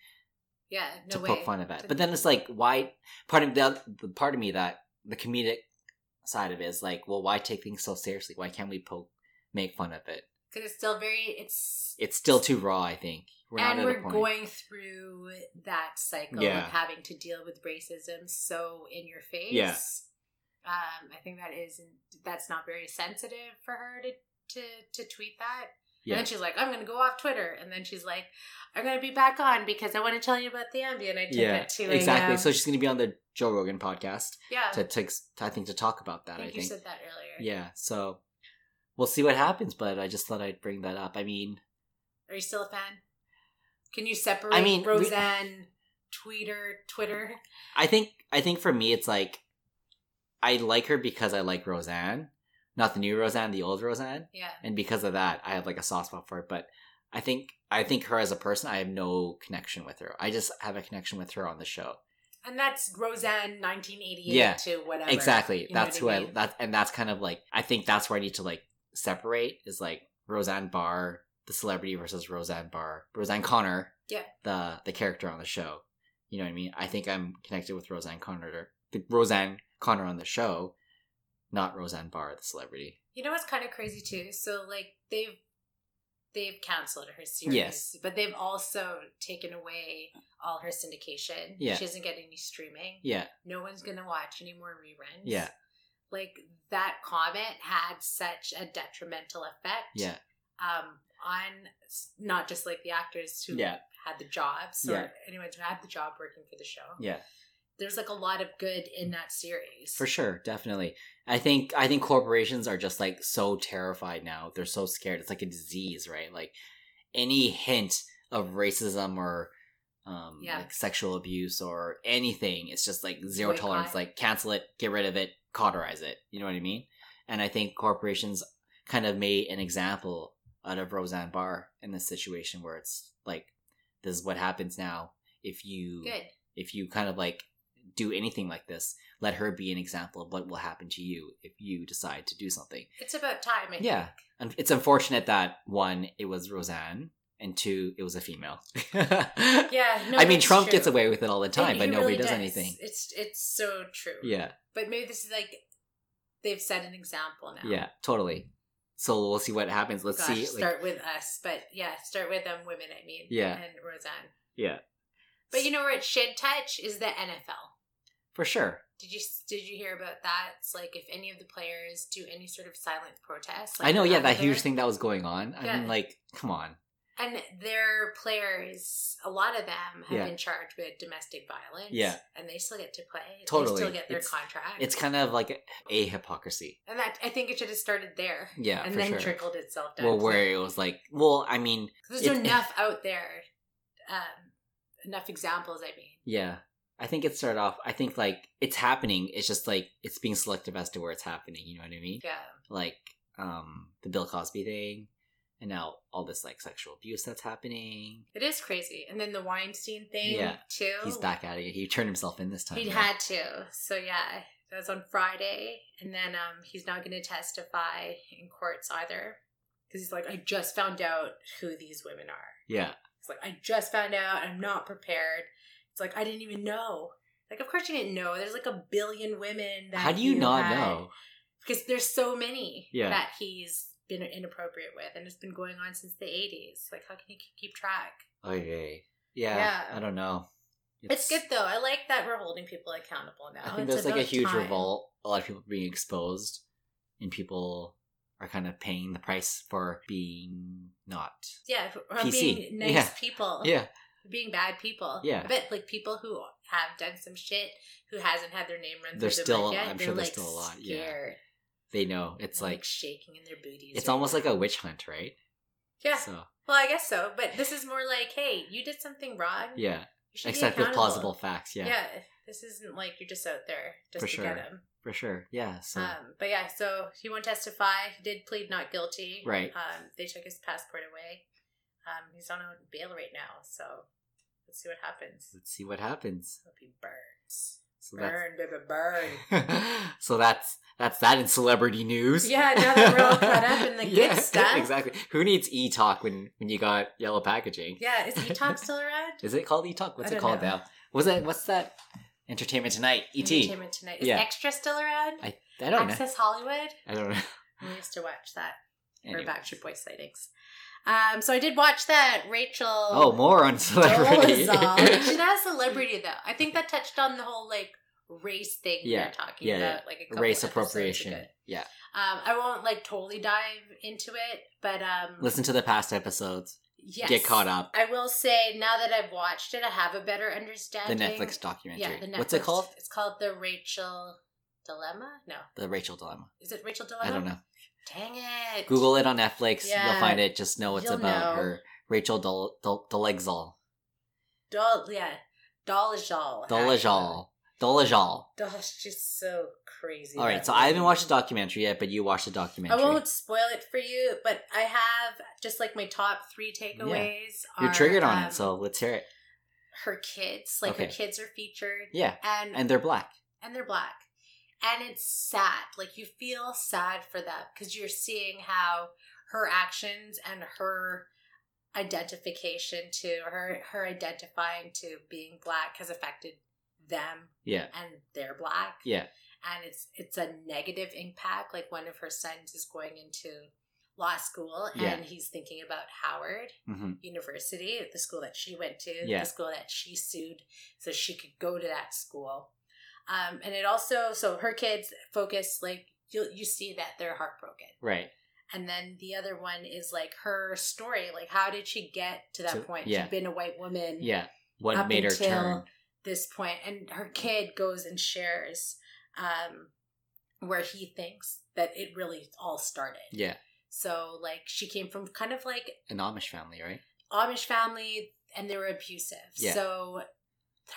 yeah, to no way. poke fun at that. But then it's like, why? Part of the, the part of me that the comedic side of it is like, well, why take things so seriously? Why can't we poke make fun of it? Because it's still very, it's, it's still too raw. I think we're and not at we're a point. going through that cycle Yeah. of having to deal with racism so in your face. Yeah. Um, I think that is, that's not very sensitive for her to, to, to tweet that. Yeah. And then she's like, I'm going to go off Twitter. And then she's like, I'm going to be back on because I want to tell you about the ambient I took Yeah, at 2 a.m. exactly. So she's going to be on the Joe Rogan podcast um, yeah. to, to, I think to talk about that. I think, I you think said that earlier. yeah. So we'll see what happens, but I just thought I'd bring that up. I mean, Are you still a fan? Can you separate I mean, we- Roseanne, Tweeter, Twitter? I think I think for me it's like I like her because I like Roseanne, not the new Roseanne, the old Roseanne, Yeah. and because of that I have like a soft spot for it. But I think I think her as a person, I have no connection with her. I just have a connection with her on the show. And that's Roseanne 1988 Yeah, to whatever. Exactly. You know that's who what I I, mean? that and that's kind of like I think that's where I need to like separate is like Roseanne Barr, the celebrity versus Roseanne Barr, Roseanne Connor, Yeah. the the character on the show. You know what I mean? I think I'm connected with Roseanne Connor, the Roseanne Connor on the show, not Roseanne Barr, the celebrity. You know what's kind of crazy too? So like they've they've canceled her series, Yes. but they've also taken away all her syndication. Yeah. She doesn't get any streaming. Yeah, No one's going to watch any more reruns. Yeah. Like that comment had such a detrimental effect. yeah, um, on s- not just like the actors who Yeah. had the jobs or Yeah. anyone who had the job working for the show. Yeah. There's like a lot of good in that series. for sure, definitely. I think I think corporations are just like so terrified now. They're so scared. It's like a disease, right? Like any hint of racism or um, Yeah. like sexual abuse or anything. It's just like zero Boycott. tolerance. Like cancel it, get rid of it, cauterize it. You know what I mean? And I think corporations kind of made an example out of Roseanne Barr in this situation where it's like this is what happens now if you Good. if you kind of like do anything like this. Let her be an example of what will happen to you if you decide to do something. It's about time. I Yeah. And it's unfortunate that one, it was Roseanne, and two, it was a female. Think. Yeah. No, I mean, it's Trump true. gets away with it all the time, It- but he nobody really does, anything. It's it's so true. Yeah, But maybe this is like they've set an example now. Oh, yeah, totally. So we'll see what happens. Let's Gosh, see. like- start with us, but yeah, start with them women. I mean, Yeah. and Roseanne. Yeah. But you know where it should touch is the NFL. for sure. Did you did you hear about that? It's like if any of the players do any sort of silent protest, like I know. Yeah, out that there, huge thing that was going on. I Yeah. mean, like, come on. and their players, a lot of them have Yeah. been charged with domestic violence. Yeah. and they still get to play. they Totally. still get their It's- contract. It's kind of like a hypocrisy. and that I think it should have started there. Yeah, and for then sure. trickled itself down. Well, to- where it was like, well, I mean, 'Cause it- there's enough out there, um, enough examples. I mean, Yeah. I think it started off I think like it's happening, it's just like it's being selective as to where it's happening, you know what I mean? yeah, Like um the Bill Cosby thing and now all this like sexual abuse that's happening. It is crazy. And then the Weinstein thing Yeah. too. He's back at it. He turned himself in this time. Oh. He right? had to. So yeah, that was on Friday, and then um, he's not going to testify in courts either because he's like, I just found out who these women are. Yeah. It's like I just found out. I'm not prepared. It's like I didn't even know. Like of course you didn't know. There's like a billion women that How do you, not had. know? Because there's so many Yeah. that he's been inappropriate with, and it's been going on since the 80s. Like how can you keep track? Okay. Yeah, Yeah. I don't know. It's, good though. I like that we're holding people accountable now. I think It's there's like a about huge time. revolt. A lot of people being exposed, and people are kind of paying the price for being not. Yeah, for- or PC. being nice Yeah. people. Yeah, Being bad people. Yeah. But like people who have done some shit who hasn't had their name run They're through still- the mud yet, I'm they're sure they're like still a lot, yeah. scared. they know. It's They're, like shaking in their booties. it's right almost now. like a witch hunt, right? Yeah. So Well, I guess so. But this is more like, hey, you did something wrong. yeah, You should be except with accountable. plausible facts. Yeah, Yeah. This isn't like you're just out there just For to sure. get him. for sure. Yeah. So Um, but yeah, so he won't testify. He did plead not guilty. Right. Um, they took his passport away. Um, he's on bail right now, so let's see what happens. let's see what happens. Hope he burns. So that's Burn, baby, burn. so that's that's that in celebrity news. Yeah, now that we're all caught up in the good stuff. Exactly. Who needs e talk when when you got yellow packaging? Yeah, is E-Talk still around? Is it called E Talk? What's I it don't called know. now? Was it what's that? Entertainment Tonight, ET. Entertainment Tonight. Is E Yeah. Extra still around? I I don't know. Access Hollywood? I don't know. We used to watch that Anyway. for Backstreet Boys sightings. Um, so I did watch that Rachel. Oh, more on celebrity. Dolezal. She's not a celebrity though. I think that touched on the whole like race thing we Yeah, you're talking yeah, about, like a couple Race episodes appropriation. ago. Yeah. Um, I won't like totally dive into it, but um, Listen to the past episodes. yes. Get caught up. I will say now that I've watched it, I have a better The understanding. Netflix documentary. yeah, the Netflix. What's it called? It's called the Rachel Dilemma. No, The Rachel Dilemma. is it Rachel Dilemma? I don't know. Dang it! Google it on Netflix. You'll Um, Yeah. find it. Just know it's You'll about know. her. Rachel Dol Dol Dolezal. Dol- yeah, Dolajal. Dolezal. Dolezal. Dolajal. She's so crazy. All right, that so I haven't lady. watched the documentary yet, but you watched the documentary. I won't spoil it for you, but I have just like my top three takeaways. You're are, triggered on um, it, so let's hear it. her kids, like her Okay. kids are featured, Yeah, and and, and they're black. they're black, and it's sad. Like you feel sad for them because you're seeing how her actions and her identification to her her identifying to being black has affected them Yeah, and they're black. Yeah. And it's it's a negative impact. Like one of her sons is going into law school and Yeah. he's thinking about Howard hmm University, the school that she went to, Yeah. the school that she sued so she could go to that school. Um, and it also so her kids focus like you you see that they're heartbroken. right. And then the other one is like her story, like how did she get to that So- point? yeah. She'd been a white woman Yeah, what Up made her until- turn? this point and her kid goes and shares um where he thinks that it really all started Yeah, so like she came from kind of like an Amish family, right? amish family and they were abusive Yeah. so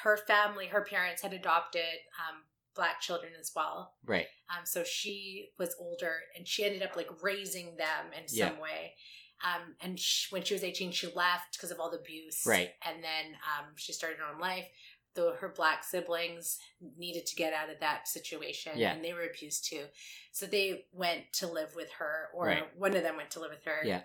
her family her parents had adopted um black children as well Right. um so she was older and she ended up like raising them in Yeah. some way um and she, when she was 18 she left because of all the abuse Right. and then um she started her own life though her black siblings needed to get out of that situation Yeah. and they were abused too so they went to live with her or Right. one of them went to live with her Yeah.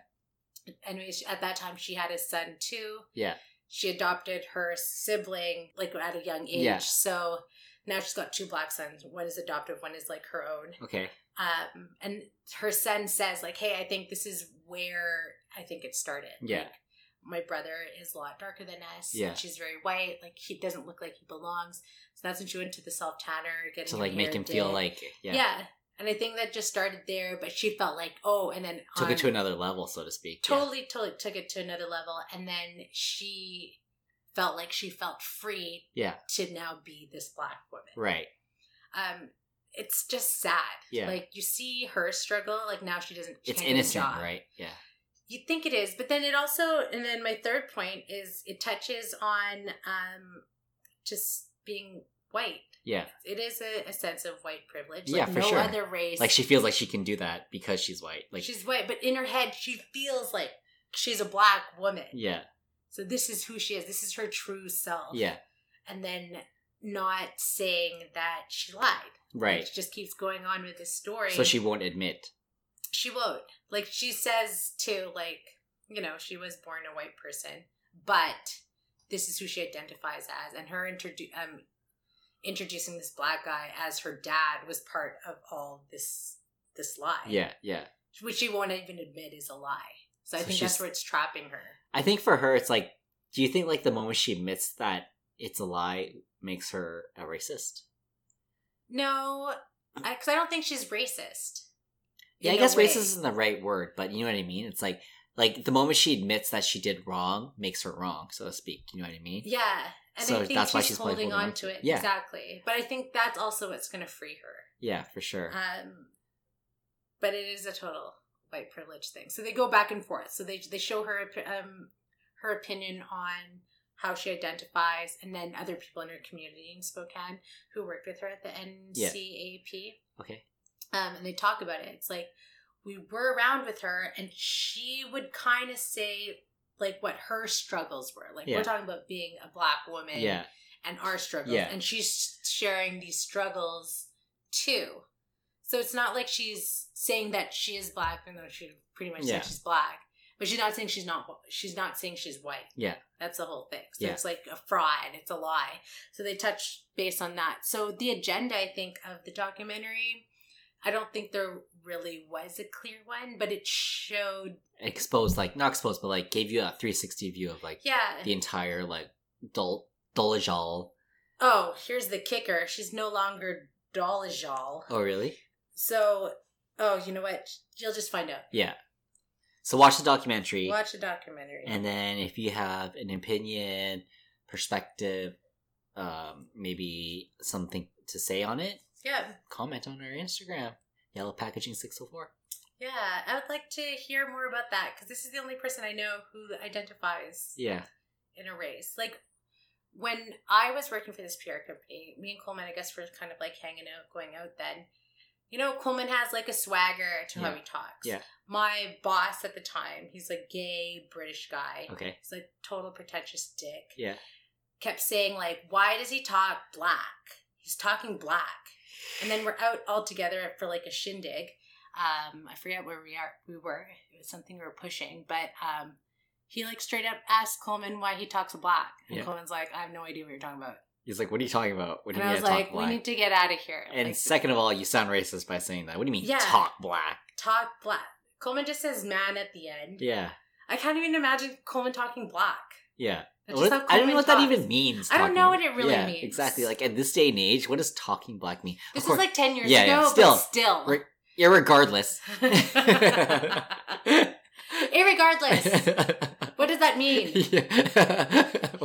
anyways at that time she had a son too Yeah. she adopted her sibling like at a young age Yeah. so now she's got two black sons one is adoptive one is like her own Okay. um and her son says like hey i think this is where i think it started Yeah. Like, my brother is a lot darker than us Yeah. she's very white like he doesn't look like he belongs so that's when she went to the self tanner getting To her like make hair him feel did. like yeah, yeah. and i think that just started there but she felt like oh and then took it on- to another level, so to speak. Yeah. totally totally took it to another level and then she felt like she felt free Yeah. to now be this black woman Right. um it's just sad Yeah. like you see her struggle like now she doesn't It's can't get a innocent, job. right? Yeah. you think it is but then it also and then my third point is it touches on um just being white. Yeah. It is a, a sense of white privilege. Like Yeah, for no sure. other race. Like she feels like she can do that because she's white. Like she's white, but in her head she feels like she's a black woman. yeah, So this is who she is. This is her true self. yeah, And then not saying that she lied. right. It just keeps going on with this story. So she won't admit. she won't. Like she says too, like, you know, she was born a white person, but this is who she identifies as. And her introdu- um, introducing this black guy as her dad was part of all this this lie. Yeah, yeah. Which she won't even admit is a lie. So I So think she's- that's where it's trapping her. I think for her, it's like, do you think like the moment she admits that it's a lie makes her a racist? No, because I, don't think she's racist. Yeah, I in a guess way. racist isn't the right word, but you know what I mean. It's like like the moment she admits that she did wrong makes her wrong, so to speak. You know what I mean? Yeah, and So I think that's why she's, she's probably holding, holding on on to it. Yeah. Exactly. But I think that's also what's going to free her. Yeah, for sure. Um, but it is a total white privilege thing. So they go back and forth. So they they show her op- um her opinion on how she identifies, and then other people in her community in Spokane who worked with her at the NCAP. okay. um, and they talk about it. It's like we were around with her, and she would kind of say like what her struggles were. Like Yeah. we're talking about being a black woman, Yeah, and our struggles, Yeah. and she's sharing these struggles too. So it's not like she's saying that she is black, even though she pretty much Yeah. said she's black. But she's not saying she's not. wh- She's not saying she's white. Yeah. that's the whole thing. So Yeah. it's like a fraud. It's a lie. So they touch base on that. So the agenda, I think, of the documentary, I don't think there really was a clear one, but it showed. exposed like not exposed, but like gave you a three sixty view of like Yeah. the entire like dol dolajal. oh, here's the kicker. She's no longer Dolajal. Oh, really? So, oh, you know what? You'll just find out. Yeah. So watch the documentary, Watch a documentary. and then if you have an opinion, perspective, um, maybe something to say on it, yeah, comment on our Instagram, Yellow Packaging Six Hundred Four. yeah. I would like to hear more about that because this is the only person I know who identifies Yeah. in a race. Like when I was working for this PR company, me and Coleman, I guess, were kind of like hanging out, going out then. You know, Coleman has like a swagger to how Yeah. he talks. Yeah. My boss at the time, he's a gay British guy. Okay. He's like total pretentious dick. Yeah. Kept saying like, why does he talk black? He's talking black. And then we're out all together for like a shindig. Um, I forget where we are. We were. It was something we were pushing, but um, he like straight up asked Coleman why he talks black, and Yeah. Coleman's like, I have no idea what you're talking about. He's like, "What are you talking about?" What do And you I mean was I talk like, we black? need to get out of here. and Like, second of all, you sound racist by saying that. What do you mean Yeah. talk black? talk black. Coleman just says man at the end. Yeah, I can't even imagine Coleman talking black. yeah. That's What- just how I don't know Coleman what that talks. even means. I don't know what it really Yeah, means. Exactly. Like at this day and age, what does talking black mean? This Of course, was like ten years Yeah, yeah, ago, still. but still. Re- irregardless. Irregardless, what does that mean? He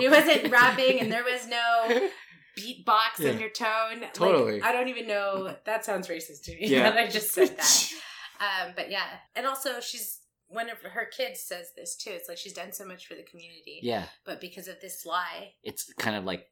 wasn't rapping, and there was no beatbox Yeah. undertone. Like, Totally. I don't even know. That sounds racist to me. Yeah. that I just said that. Um, but yeah, and also she's one of her kids says this too. It's like she's done so much for the community, yeah, but because of this lie, it's kind of like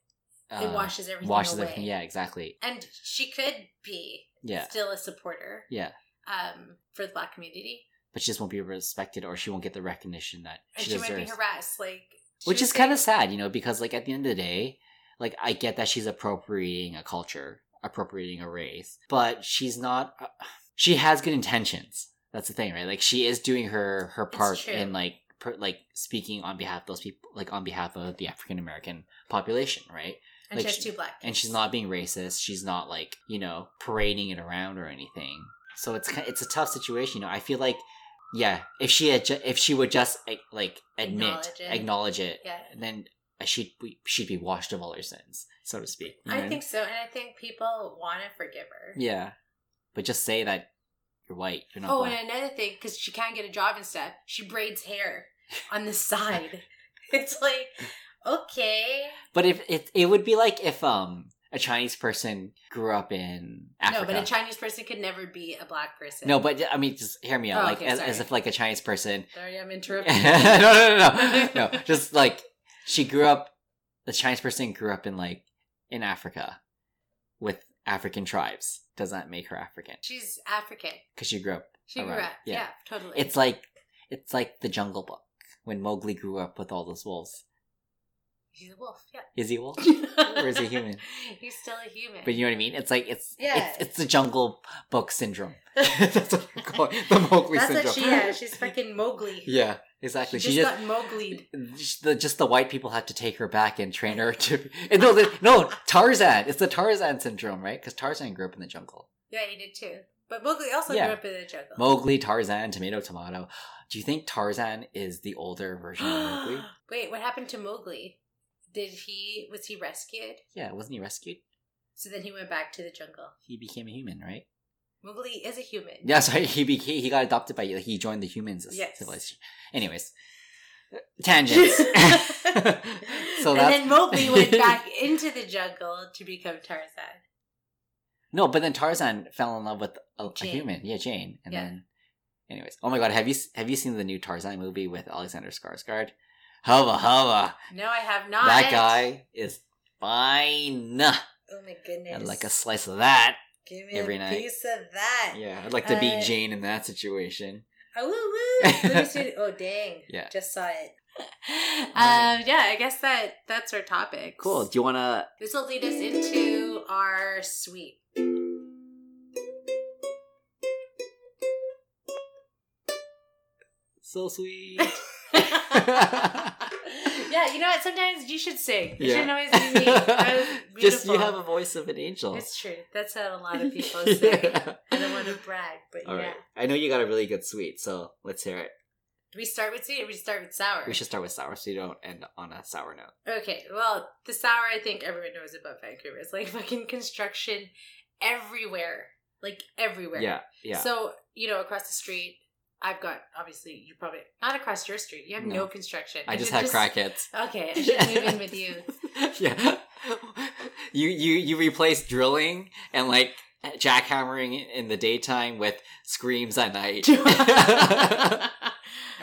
uh, it washes everything washes away. everything. Yeah, exactly. and she could be Yeah, still a supporter. Yeah. Um, for the black community, but she just won't be respected, or she won't get the recognition that and she she, deserves. might be harassed, like she which was is kind saying- of sad you know because like at the end of the day like i get that she's appropriating a culture appropriating a race but she's not uh, she has good intentions that's the thing right like she is doing her her It's part true. in like per, like speaking on behalf of those people like on behalf of the african american population right and like, she has she- two black, and kids. she's not being racist she's not like you know parading it around or anything so it's ki- it's a tough situation you know i feel like yeah if she had ju- if she would just like, like admit Acknowledge it. acknowledge it Yeah. then she'd be, she'd be washed of all her sins, so to speak. You know what I mean? think so, and I think people want to forgive her. Yeah, but just say that you're white. You're not Oh, black. and another thing, because she can't get a job and stuff, she braids hair on the side. it's like, okay, But if it it would be like if um a Chinese person grew up in Africa. no, but a Chinese person could never be a black person. No, but I mean, just hear me out. Oh, like okay, as, sorry. as if like a Chinese person. sorry, I'm no, interrupting. no, no, no, no. Just like she grew up. The Chinese person grew up in like in Africa, with African tribes. Does that make her African? She's African. Because she grew up. She grew Alright, up. Yeah. yeah. totally. It's like it's like the Jungle Book when Mowgli grew up with all those wolves. She's a wolf. Yeah. Is he a wolf? or is he human? He's still a human. But you know what I mean? It's like it's Yeah. it's, it's the Jungle Book syndrome. That's what I'm calling it, the Mowgli That's syndrome. what she has. She's fucking Mowgli. yeah, exactly. She, She just, just, got Mowglied. just the just the white people had to take her back and train her to and no the, no Tarzan. It's the Tarzan syndrome, right? Because Tarzan grew up in the jungle. Yeah, he did too. But Mowgli also Yeah. grew up in the jungle. Mowgli, Tarzan, tomato, tomato. Do you think Tarzan is the older version of Mowgli? Wait, what happened to Mowgli? Did he was he rescued? Yeah, wasn't he rescued? So then he went back to the jungle. He became a human, right? Mowgli is a human. Yeah, so he became, he got adopted by like, he joined the humans as Yes. civilization. Anyways, tangents. so and that's then Mowgli went back into the jungle to become Tarzan. no, but then Tarzan fell in love with a, a Jane. human. Yeah, Jane. And Yeah. then, anyways, oh my god, have you s- have you seen the new Tarzan movie with Alexander Skarsgård? Hubba hubba, No, I have not. that guy is fine. Oh my goodness. I'd like a slice of that. Give me every a night. piece of that. Yeah, I'd like to be Uh, Jane in that situation. Oh, woo, woo. Let me see. Oh, dang. Yeah. Just saw it. Alright. Um, yeah, I guess that that's our topic. Cool. Do you wanna? This will lead us into our sweep. So sweet. yeah, you know what? Sometimes you should sing. It Yeah. shouldn't always be me. That was Just beautiful. you have a voice of an angel. It's true. That's how a lot of people say. Yeah. I don't want to brag, but All yeah. right. I know you got a really good sweet, so let's hear it. Do we start with sweet or we start with sour? We should start with sour, so you don't end on a sour note. Okay, well, the sour I think everyone knows about Vancouver. It's like fucking construction everywhere. Like everywhere. Yeah, yeah. So, you know, across the street, I've got obviously you probably not across your street. You have no, No. construction. I You just should had crackheads. Okay, I should move in with you. yeah. You you you replace drilling and like jackhammering in the daytime with screams at night.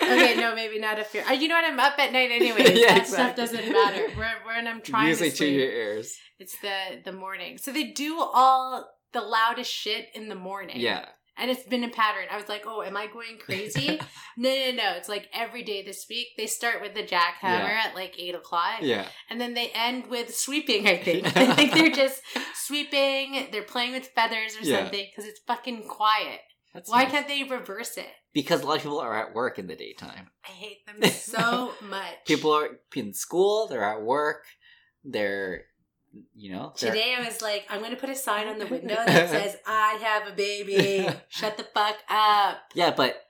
okay, no, maybe not if you're. Uh, you know what? I'm up at night anyways. Yeah, that stuff exactly. doesn't matter. We're, we're and I'm trying Usually to to sleep. your ears. It's the the morning. So they do all the loudest shit in the morning. Yeah. And it's been a pattern. I was like, oh, am I going crazy? no, no, no. It's like every day this week. They start with the jackhammer at like 8 o'clock. Yeah. And then they end with sweeping, I think. I think they're just sweeping. They're playing with feathers or Yeah. something because it's fucking quiet. That's Why nice. can't they reverse it? Because a lot of people are at work in the daytime. I hate them so much. People are in school, they're at work, they're, you know, they're- Today I was like, I'm gonna put a sign on the window that says, "I have a baby. Shut the fuck up." yeah, but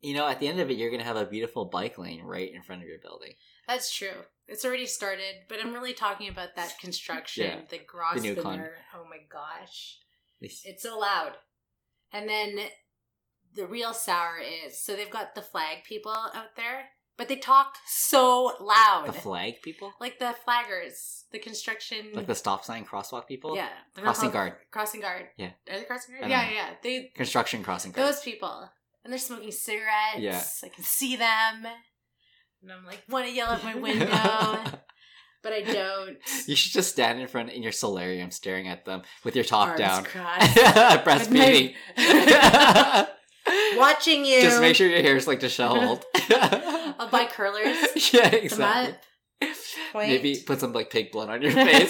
you know, at the end of it, you're gonna have a beautiful bike lane right in front of your building. That's true. It's already started, but I'm really talking about that construction, Yeah. the gross The new veneer. con. Oh my gosh, it's so loud. And then the real sour is so they've got the flag people out there, but they talk so loud, The flag people, like the flaggers, the construction, like the stop sign crosswalk people, Mm. yeah, they're not crossing called- guard, crossing guard, Yeah. are they crossing I guard? don't Yeah, know. yeah, they construction crossing guard. those people and they're smoking cigarettes Yeah. i can see them and i'm like want to yell out my window but i don't you should just stand in front in your solarium, staring at them with your top Arms down, crossed. With my- breastfeeding. watching you just make sure your hair's like disheveled. yeah, i'll buy curlers exactly. point. Maybe put some like pig blood on your face.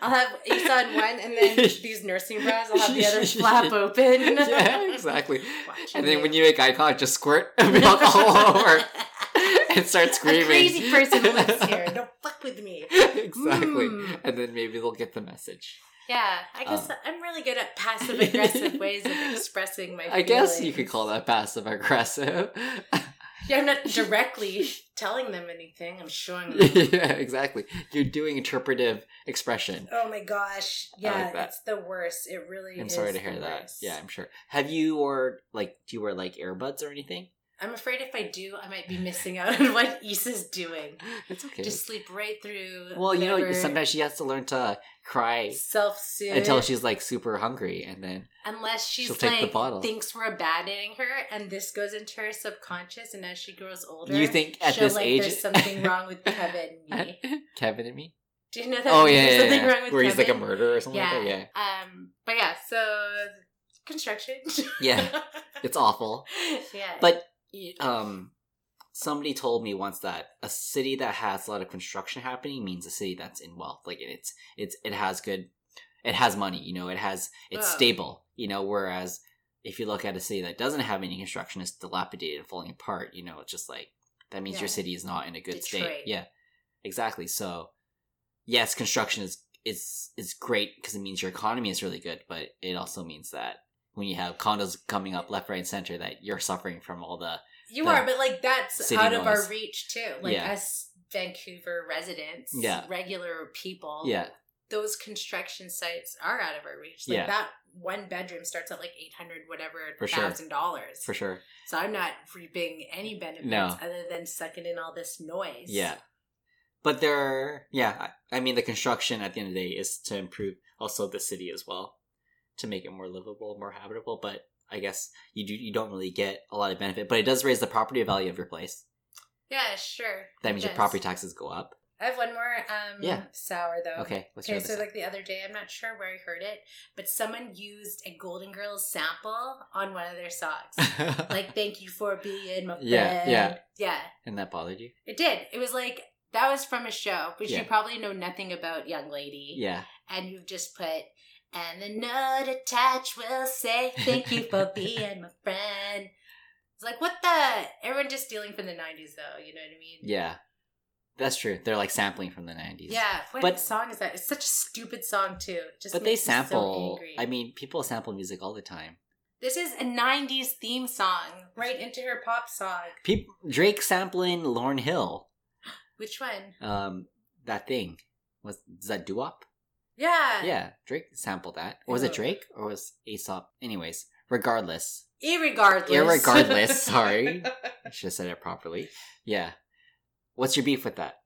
i'll have you on one and then these nursing bras i'll have the other flap open yeah, exactly. Watching And then when you make eye contact, just squirt milk all over and start screaming. a crazy person lives here don't fuck with me exactly. Mm. And then maybe they'll get the message. Yeah, I guess Um. I'm really good at passive aggressive ways of expressing my. I guess you could feelings. call that passive aggressive. Hmm. Yeah, I'm not directly telling them anything. I'm showing them. yeah, exactly. You're doing interpretive expression. oh my gosh! I like Yeah, that. it's the worst. It really. I'm is sorry to hear the that. worst. Yeah, I'm sure. Have you or like do you wear like earbuds or anything? I'm afraid if I do, I might be missing out on what Issa's doing. It's okay. Just sleep right through. well, you know, sometimes she has to learn to cry self soothe until she's like super hungry and then unless she's she'll like take the bottle. thinks we're abandoning her, and this goes into her subconscious. And as she grows older, You think at she'll this like age- there's something wrong with Kevin. and me. Kevin and me. Do you know that? Oh yeah, yeah, There's yeah, something yeah. wrong with where he's like a Kevin? murderer or something Yeah. like that. Um, but yeah, so construction. Yeah, yeah, it's awful. yeah. But um, somebody told me once that a city that has a lot of construction happening means a city that's in wealth. Like it's it's it has good, it has money. You know, it has it's Oh. stable. You know, whereas if you look at a city that doesn't have any construction, it's dilapidated and falling apart. You know, it's just like that means your Yeah. city is not in a good state. Detroit. Yeah, exactly. So yes, construction is is is great because it means your economy is really good, but it also means that when you have condos coming up left, right, and center, that you're suffering from all the you the are, but like that's city out of noise. our reach too. Like Yeah. us Vancouver residents, Yeah. regular people. yeah Those construction sites are out of our reach. Like Yeah. that one bedroom starts at like eight hundred whatever For sure. thousand dollars. for sure. So I'm not reaping any benefits No. other than sucking in all this noise. Yeah. But there are, yeah, I I mean, the construction at the end of the day is to improve also the city as well to make it more livable, more habitable. But I guess you do, you don't really get a lot of benefit, but it does raise the property value of your place. Yeah, sure. That means your Yes. property taxes go up. I have one more um Yeah. sour though. Okay, what's your Okay, other so side? like the other day, I'm not sure where I heard it, but someone used a Golden Girls sample on one of their songs. like, thank you for being my Yeah, friend. yeah. Yeah, and that bothered you? it did. It was like, that was from a show, which Yeah. you probably know nothing about, young lady. Yeah. And you've just put, and the nut attached will say, thank you for being my friend. It's like, what the? Everyone just stealing from the 90s, though, you know what I mean? Yeah. That's true. They're like sampling from the 90s. Yeah, what But- song is that? It's such a stupid song too. It Just But they makes me so sample, angry. I mean, people sample music all the time. This is a 90s theme song, right into her pop song. Peop Drake sampling Lauren Hill. Which one? Um, that thing. Was, is that doo wop? Yeah. yeah, Drake sampled that. Or was it Ew. Drake or was Aesop? Anyways, regardless, Irregardless. Irregardless, sorry. I should have said it properly. Yeah. What's your beef with that?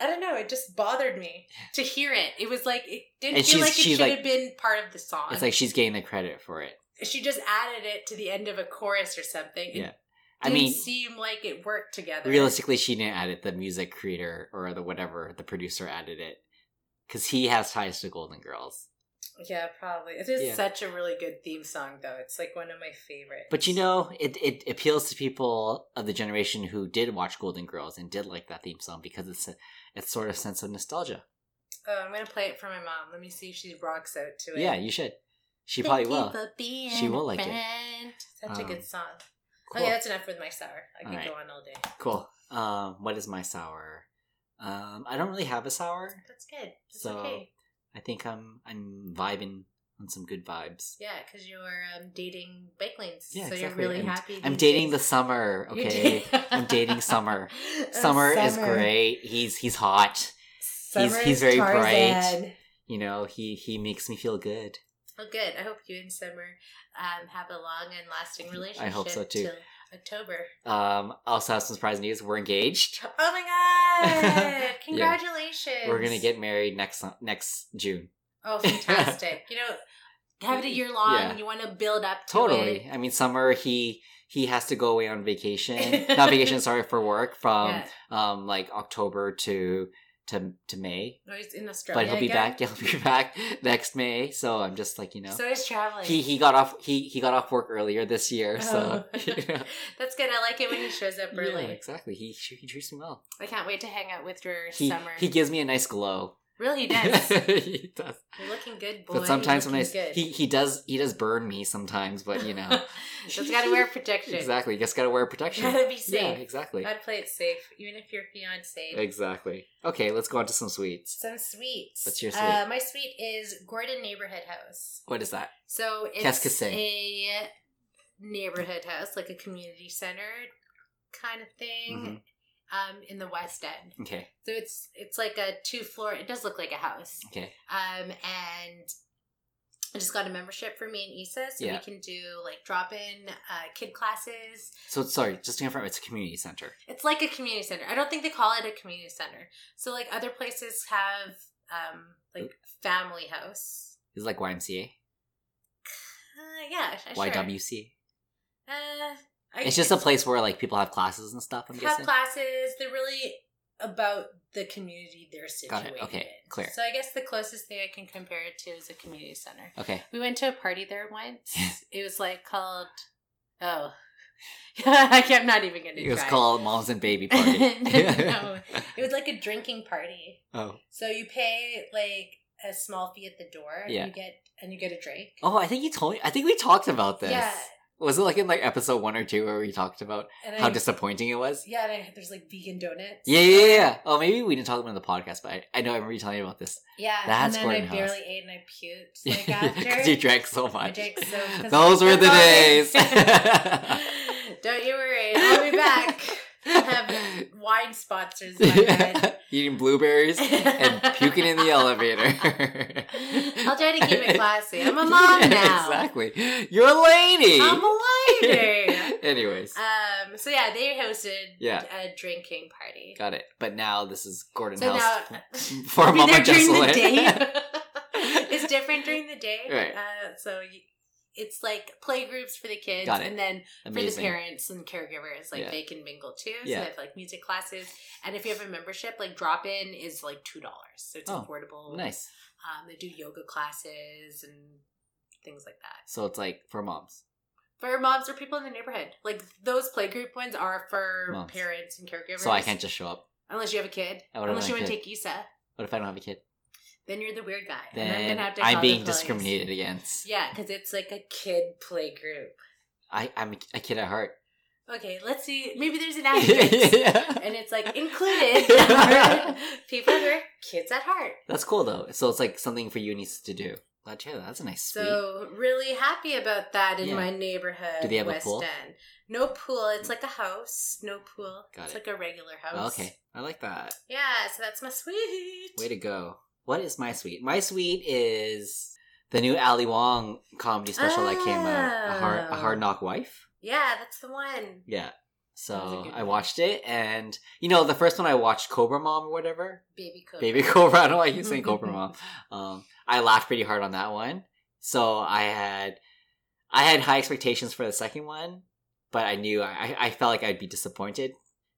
I don't know. It just bothered me to hear it. It was like, it didn't And feel she's- like it she's should like- have been part of the song. It's like she's getting the credit for it. she just added it to the end of a chorus or something. It Yeah. didn't I mean, seem like it worked together. realistically, she didn't add it. The music creator or the whatever, the producer added it because he has ties to Golden Girls. Yeah, probably. It is Yeah. such a really good theme song, though. It's like one of my favorites. But you know, it, it appeals to people of the generation who did watch Golden Girls and did like that theme song because it's a, it's sort of sense of nostalgia. Oh, I'm gonna play it for my mom. Let me see if she rocks out to it. Yeah, you should. She Thank probably you will. for being She will a like it. friend. Such Um, a good song. Cool. Okay, that's enough with my sour. I All could right. go on all day. Cool. Um, what is my sour? Um, I don't really have a sour. That's good. That's So- okay. I think I'm I'm vibing on some good vibes. Yeah, because you're um, dating bike lanes, Yeah, so you're exactly. really I'm- happy. I'm these dating the days. summer. You're Okay, da- I'm dating summer. Oh, Summer, is summer. great. He's he's hot. Summer he's is very bright. Tarzan. You know, he he makes me feel good. Well, good. I hope you and Summer um, have a long and lasting relationship. I hope so, too. Till October. Um, I also have some surprise news. We're engaged. Oh my Yeah. god! Congratulations. We're gonna get married next su- next June. Oh, fantastic! you know, have it a year long. Yeah. You want to build up to Totally. it. I mean, summer he he has to go away on vacation. Not vacation. Sorry for work from yeah. um like October to to to May. No, he's in Australia. But he'll be again. back. He'll be back next May. So I'm just like you know, So he's traveling. he he got off he he got off work earlier this year. So Oh. you know. That's good. I like it when he shows up early. Yeah, exactly. He he treats me well. I can't wait to hang out with your He summer. he gives me a nice glow. really does. he does. You're looking good, boy. But sometimes You're when I looking good. he he does he does burn me sometimes. But you know just gotta wear protection. exactly. You just gotta wear You protection. gotta be Yeah, safe. exactly. Gotta play it safe, even if you're fiance. Exactly. Okay, let's go on to some sweets. Some sweets. What's your Uh, my sweet is Gordon Neighborhood House. What is that? So Qu'est-ce it's que c'est? a neighborhood house, like a community center kind of thing, Mm-hmm. um, in the West End. Okay. So it's it's like a two floor. It does look like a house. Okay. Um, and I just got a membership for me and Issa, so Yeah. we can do like drop in uh, kid classes. So sorry, just to confirm, it's a community center. It's like a community center. I don't think they call it a community center. So like other places have um, like family house. Is it like YMCA, Uh, yeah, uh, sure. YWCA. Uh, I- It's just a place where like people have classes and stuff. I'm have guessing. classes. They're really about the community they're Got situated it. Okay, in. clear. So I guess the closest thing I can compare it to is a community center. Okay. We went to a party there once. it was like called oh, I'm not even gonna. It was try. called Moms and Baby Party. No. It was like a drinking party. Oh. So you pay like a small fee at the door. Yeah. And you get and you get a drink. Oh, I think you told me. I think we talked about this. Yeah. Was it like in like episode one or two where we talked about And how I- disappointing it was? Yeah, and I, there's like vegan donuts. Yeah, yeah, yeah, yeah. Oh, maybe we didn't talk about it on the podcast, but I, I know I remember you telling me about this. Yeah, That's and then I Gordon barely Haas. ate and I puked like after. Because you drank so I much. drank so. 'cause Those were the days. Don't you worry, I'll be back. I have wine sponsors. In my head. Eating blueberries and puking in the elevator. I'll try to keep it classy. I'm a mom Yeah, now. Exactly. You're a lady. I'm a lady. Anyways, um. So yeah, they hosted Yeah. a drinking party. got it. But now this is Gordon so House now for be there Mama during the Jesselyn. day. it's different during the day. Right. Uh, so you, it's like play groups for the kids, Got it. and then for the Amazing. parents and caregivers, like Yeah. they can mingle too. So Yeah. they have like music classes, and if you have a membership, like drop in is like two dollars, so it's Oh, affordable. Nice. Um, they do yoga classes and things like that So it's like for moms. for moms or people in the neighborhood. Like those play group ones are for Moms. parents and caregivers. So I can't just show up. unless you have a kid, I wouldn't unless you like want to it. take Isa, What if I don't have a kid? then you're the weird guy. and I'm Then gonna have to I'm call the being police. discriminated against. Yeah, because it's like a kid play group. I, I'm a kid at heart. Okay, let's see. Maybe there's an asterisk. Yeah. and it's like included Yeah. are people who are kids at heart. That's cool though. So it's like something for you needs to do. Glad to hear that. That's a nice speech. So really happy about that in Yeah. my neighborhood. Do they have a West pool? End. No pool. It's like a house. No pool. Got it's it. Oh, like a regular house. okay. I like that. Yeah, so that's my sweet. Way to go. What is my sweet? My sweet is the new Ali Wong comedy special that came out. A hard, a hard Oh. knock wife. Yeah, that's the one. Yeah. That was a So good I one. watched it, and you know, the first one I watched, Cobra Mom or whatever, Baby Cobra. Baby Cobra. I don't know why I keep saying Cobra Mom. Um, I laughed pretty hard on that one. So I had, I had high expectations for the second one, but I knew I, I felt like I'd be disappointed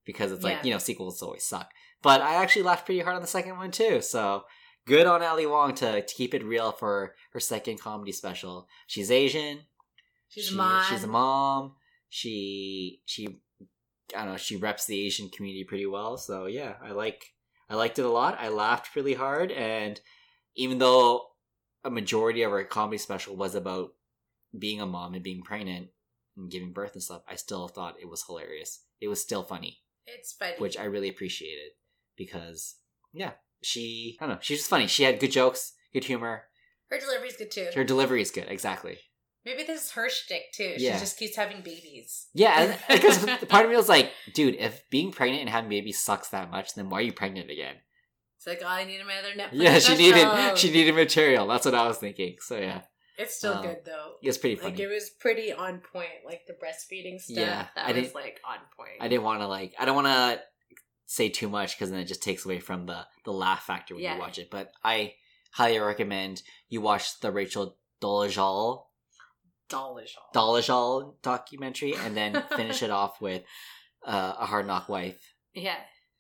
because it's like Yeah. you know sequels always suck. But I actually laughed pretty hard on the second one too. So good on Ali Wong to, to keep it real for her second comedy special. She's Asian. She's She- a mom. She's a mom. She she I don't know, she reps the Asian community pretty well. So yeah, I like I liked it a lot. I laughed really hard and even though a majority of her comedy special was about being a mom and being pregnant and giving birth and stuff, I still thought it was hilarious. It was still funny, It's funny. which I really appreciated because yeah, she I don't know, she's just funny. She had good jokes, good humor. her delivery's good too. Her delivery is good, exactly. Maybe this is her shtick too. She Yeah. just keeps having babies. Yeah, because part of me was like, dude, if being pregnant and having babies sucks that much, then why are you pregnant again? It's like, oh, I need another Netflix. yeah, she special. needed she needed material. That's what I was thinking. So yeah, It's still Um, good though. it's pretty funny. Like it was pretty on point, like the breastfeeding stuff. Yeah, that I was didn't- like on point. I didn't want to like I don't want to say too much because then it just takes away from the the laugh factor when Yeah. you watch it. But I highly recommend you watch the Rachel Dolezal Dollish. Dolezal documentary and then finish it off with uh, a Hard Knock Wife Yeah,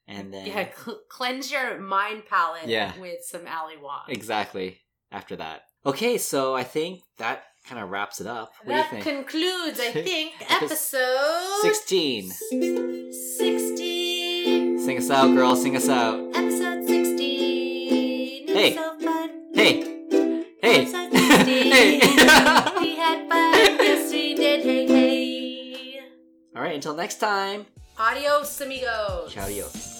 and then yeah. Cl- cleanse your mind palette. Yeah. with some alley walk. Exactly. After that. Okay, so I think that kind of wraps it up. That What do you think? concludes, I think, Epis- episode 16. 16. Sing us out, girl. Sing us out. Episode 16. It Hey. was so fun. Hey. Hey. Episode 16. hey. we had fun. Yes, we did. Hey, hey. All right, until next time. Adios, amigos. Ciao, adios.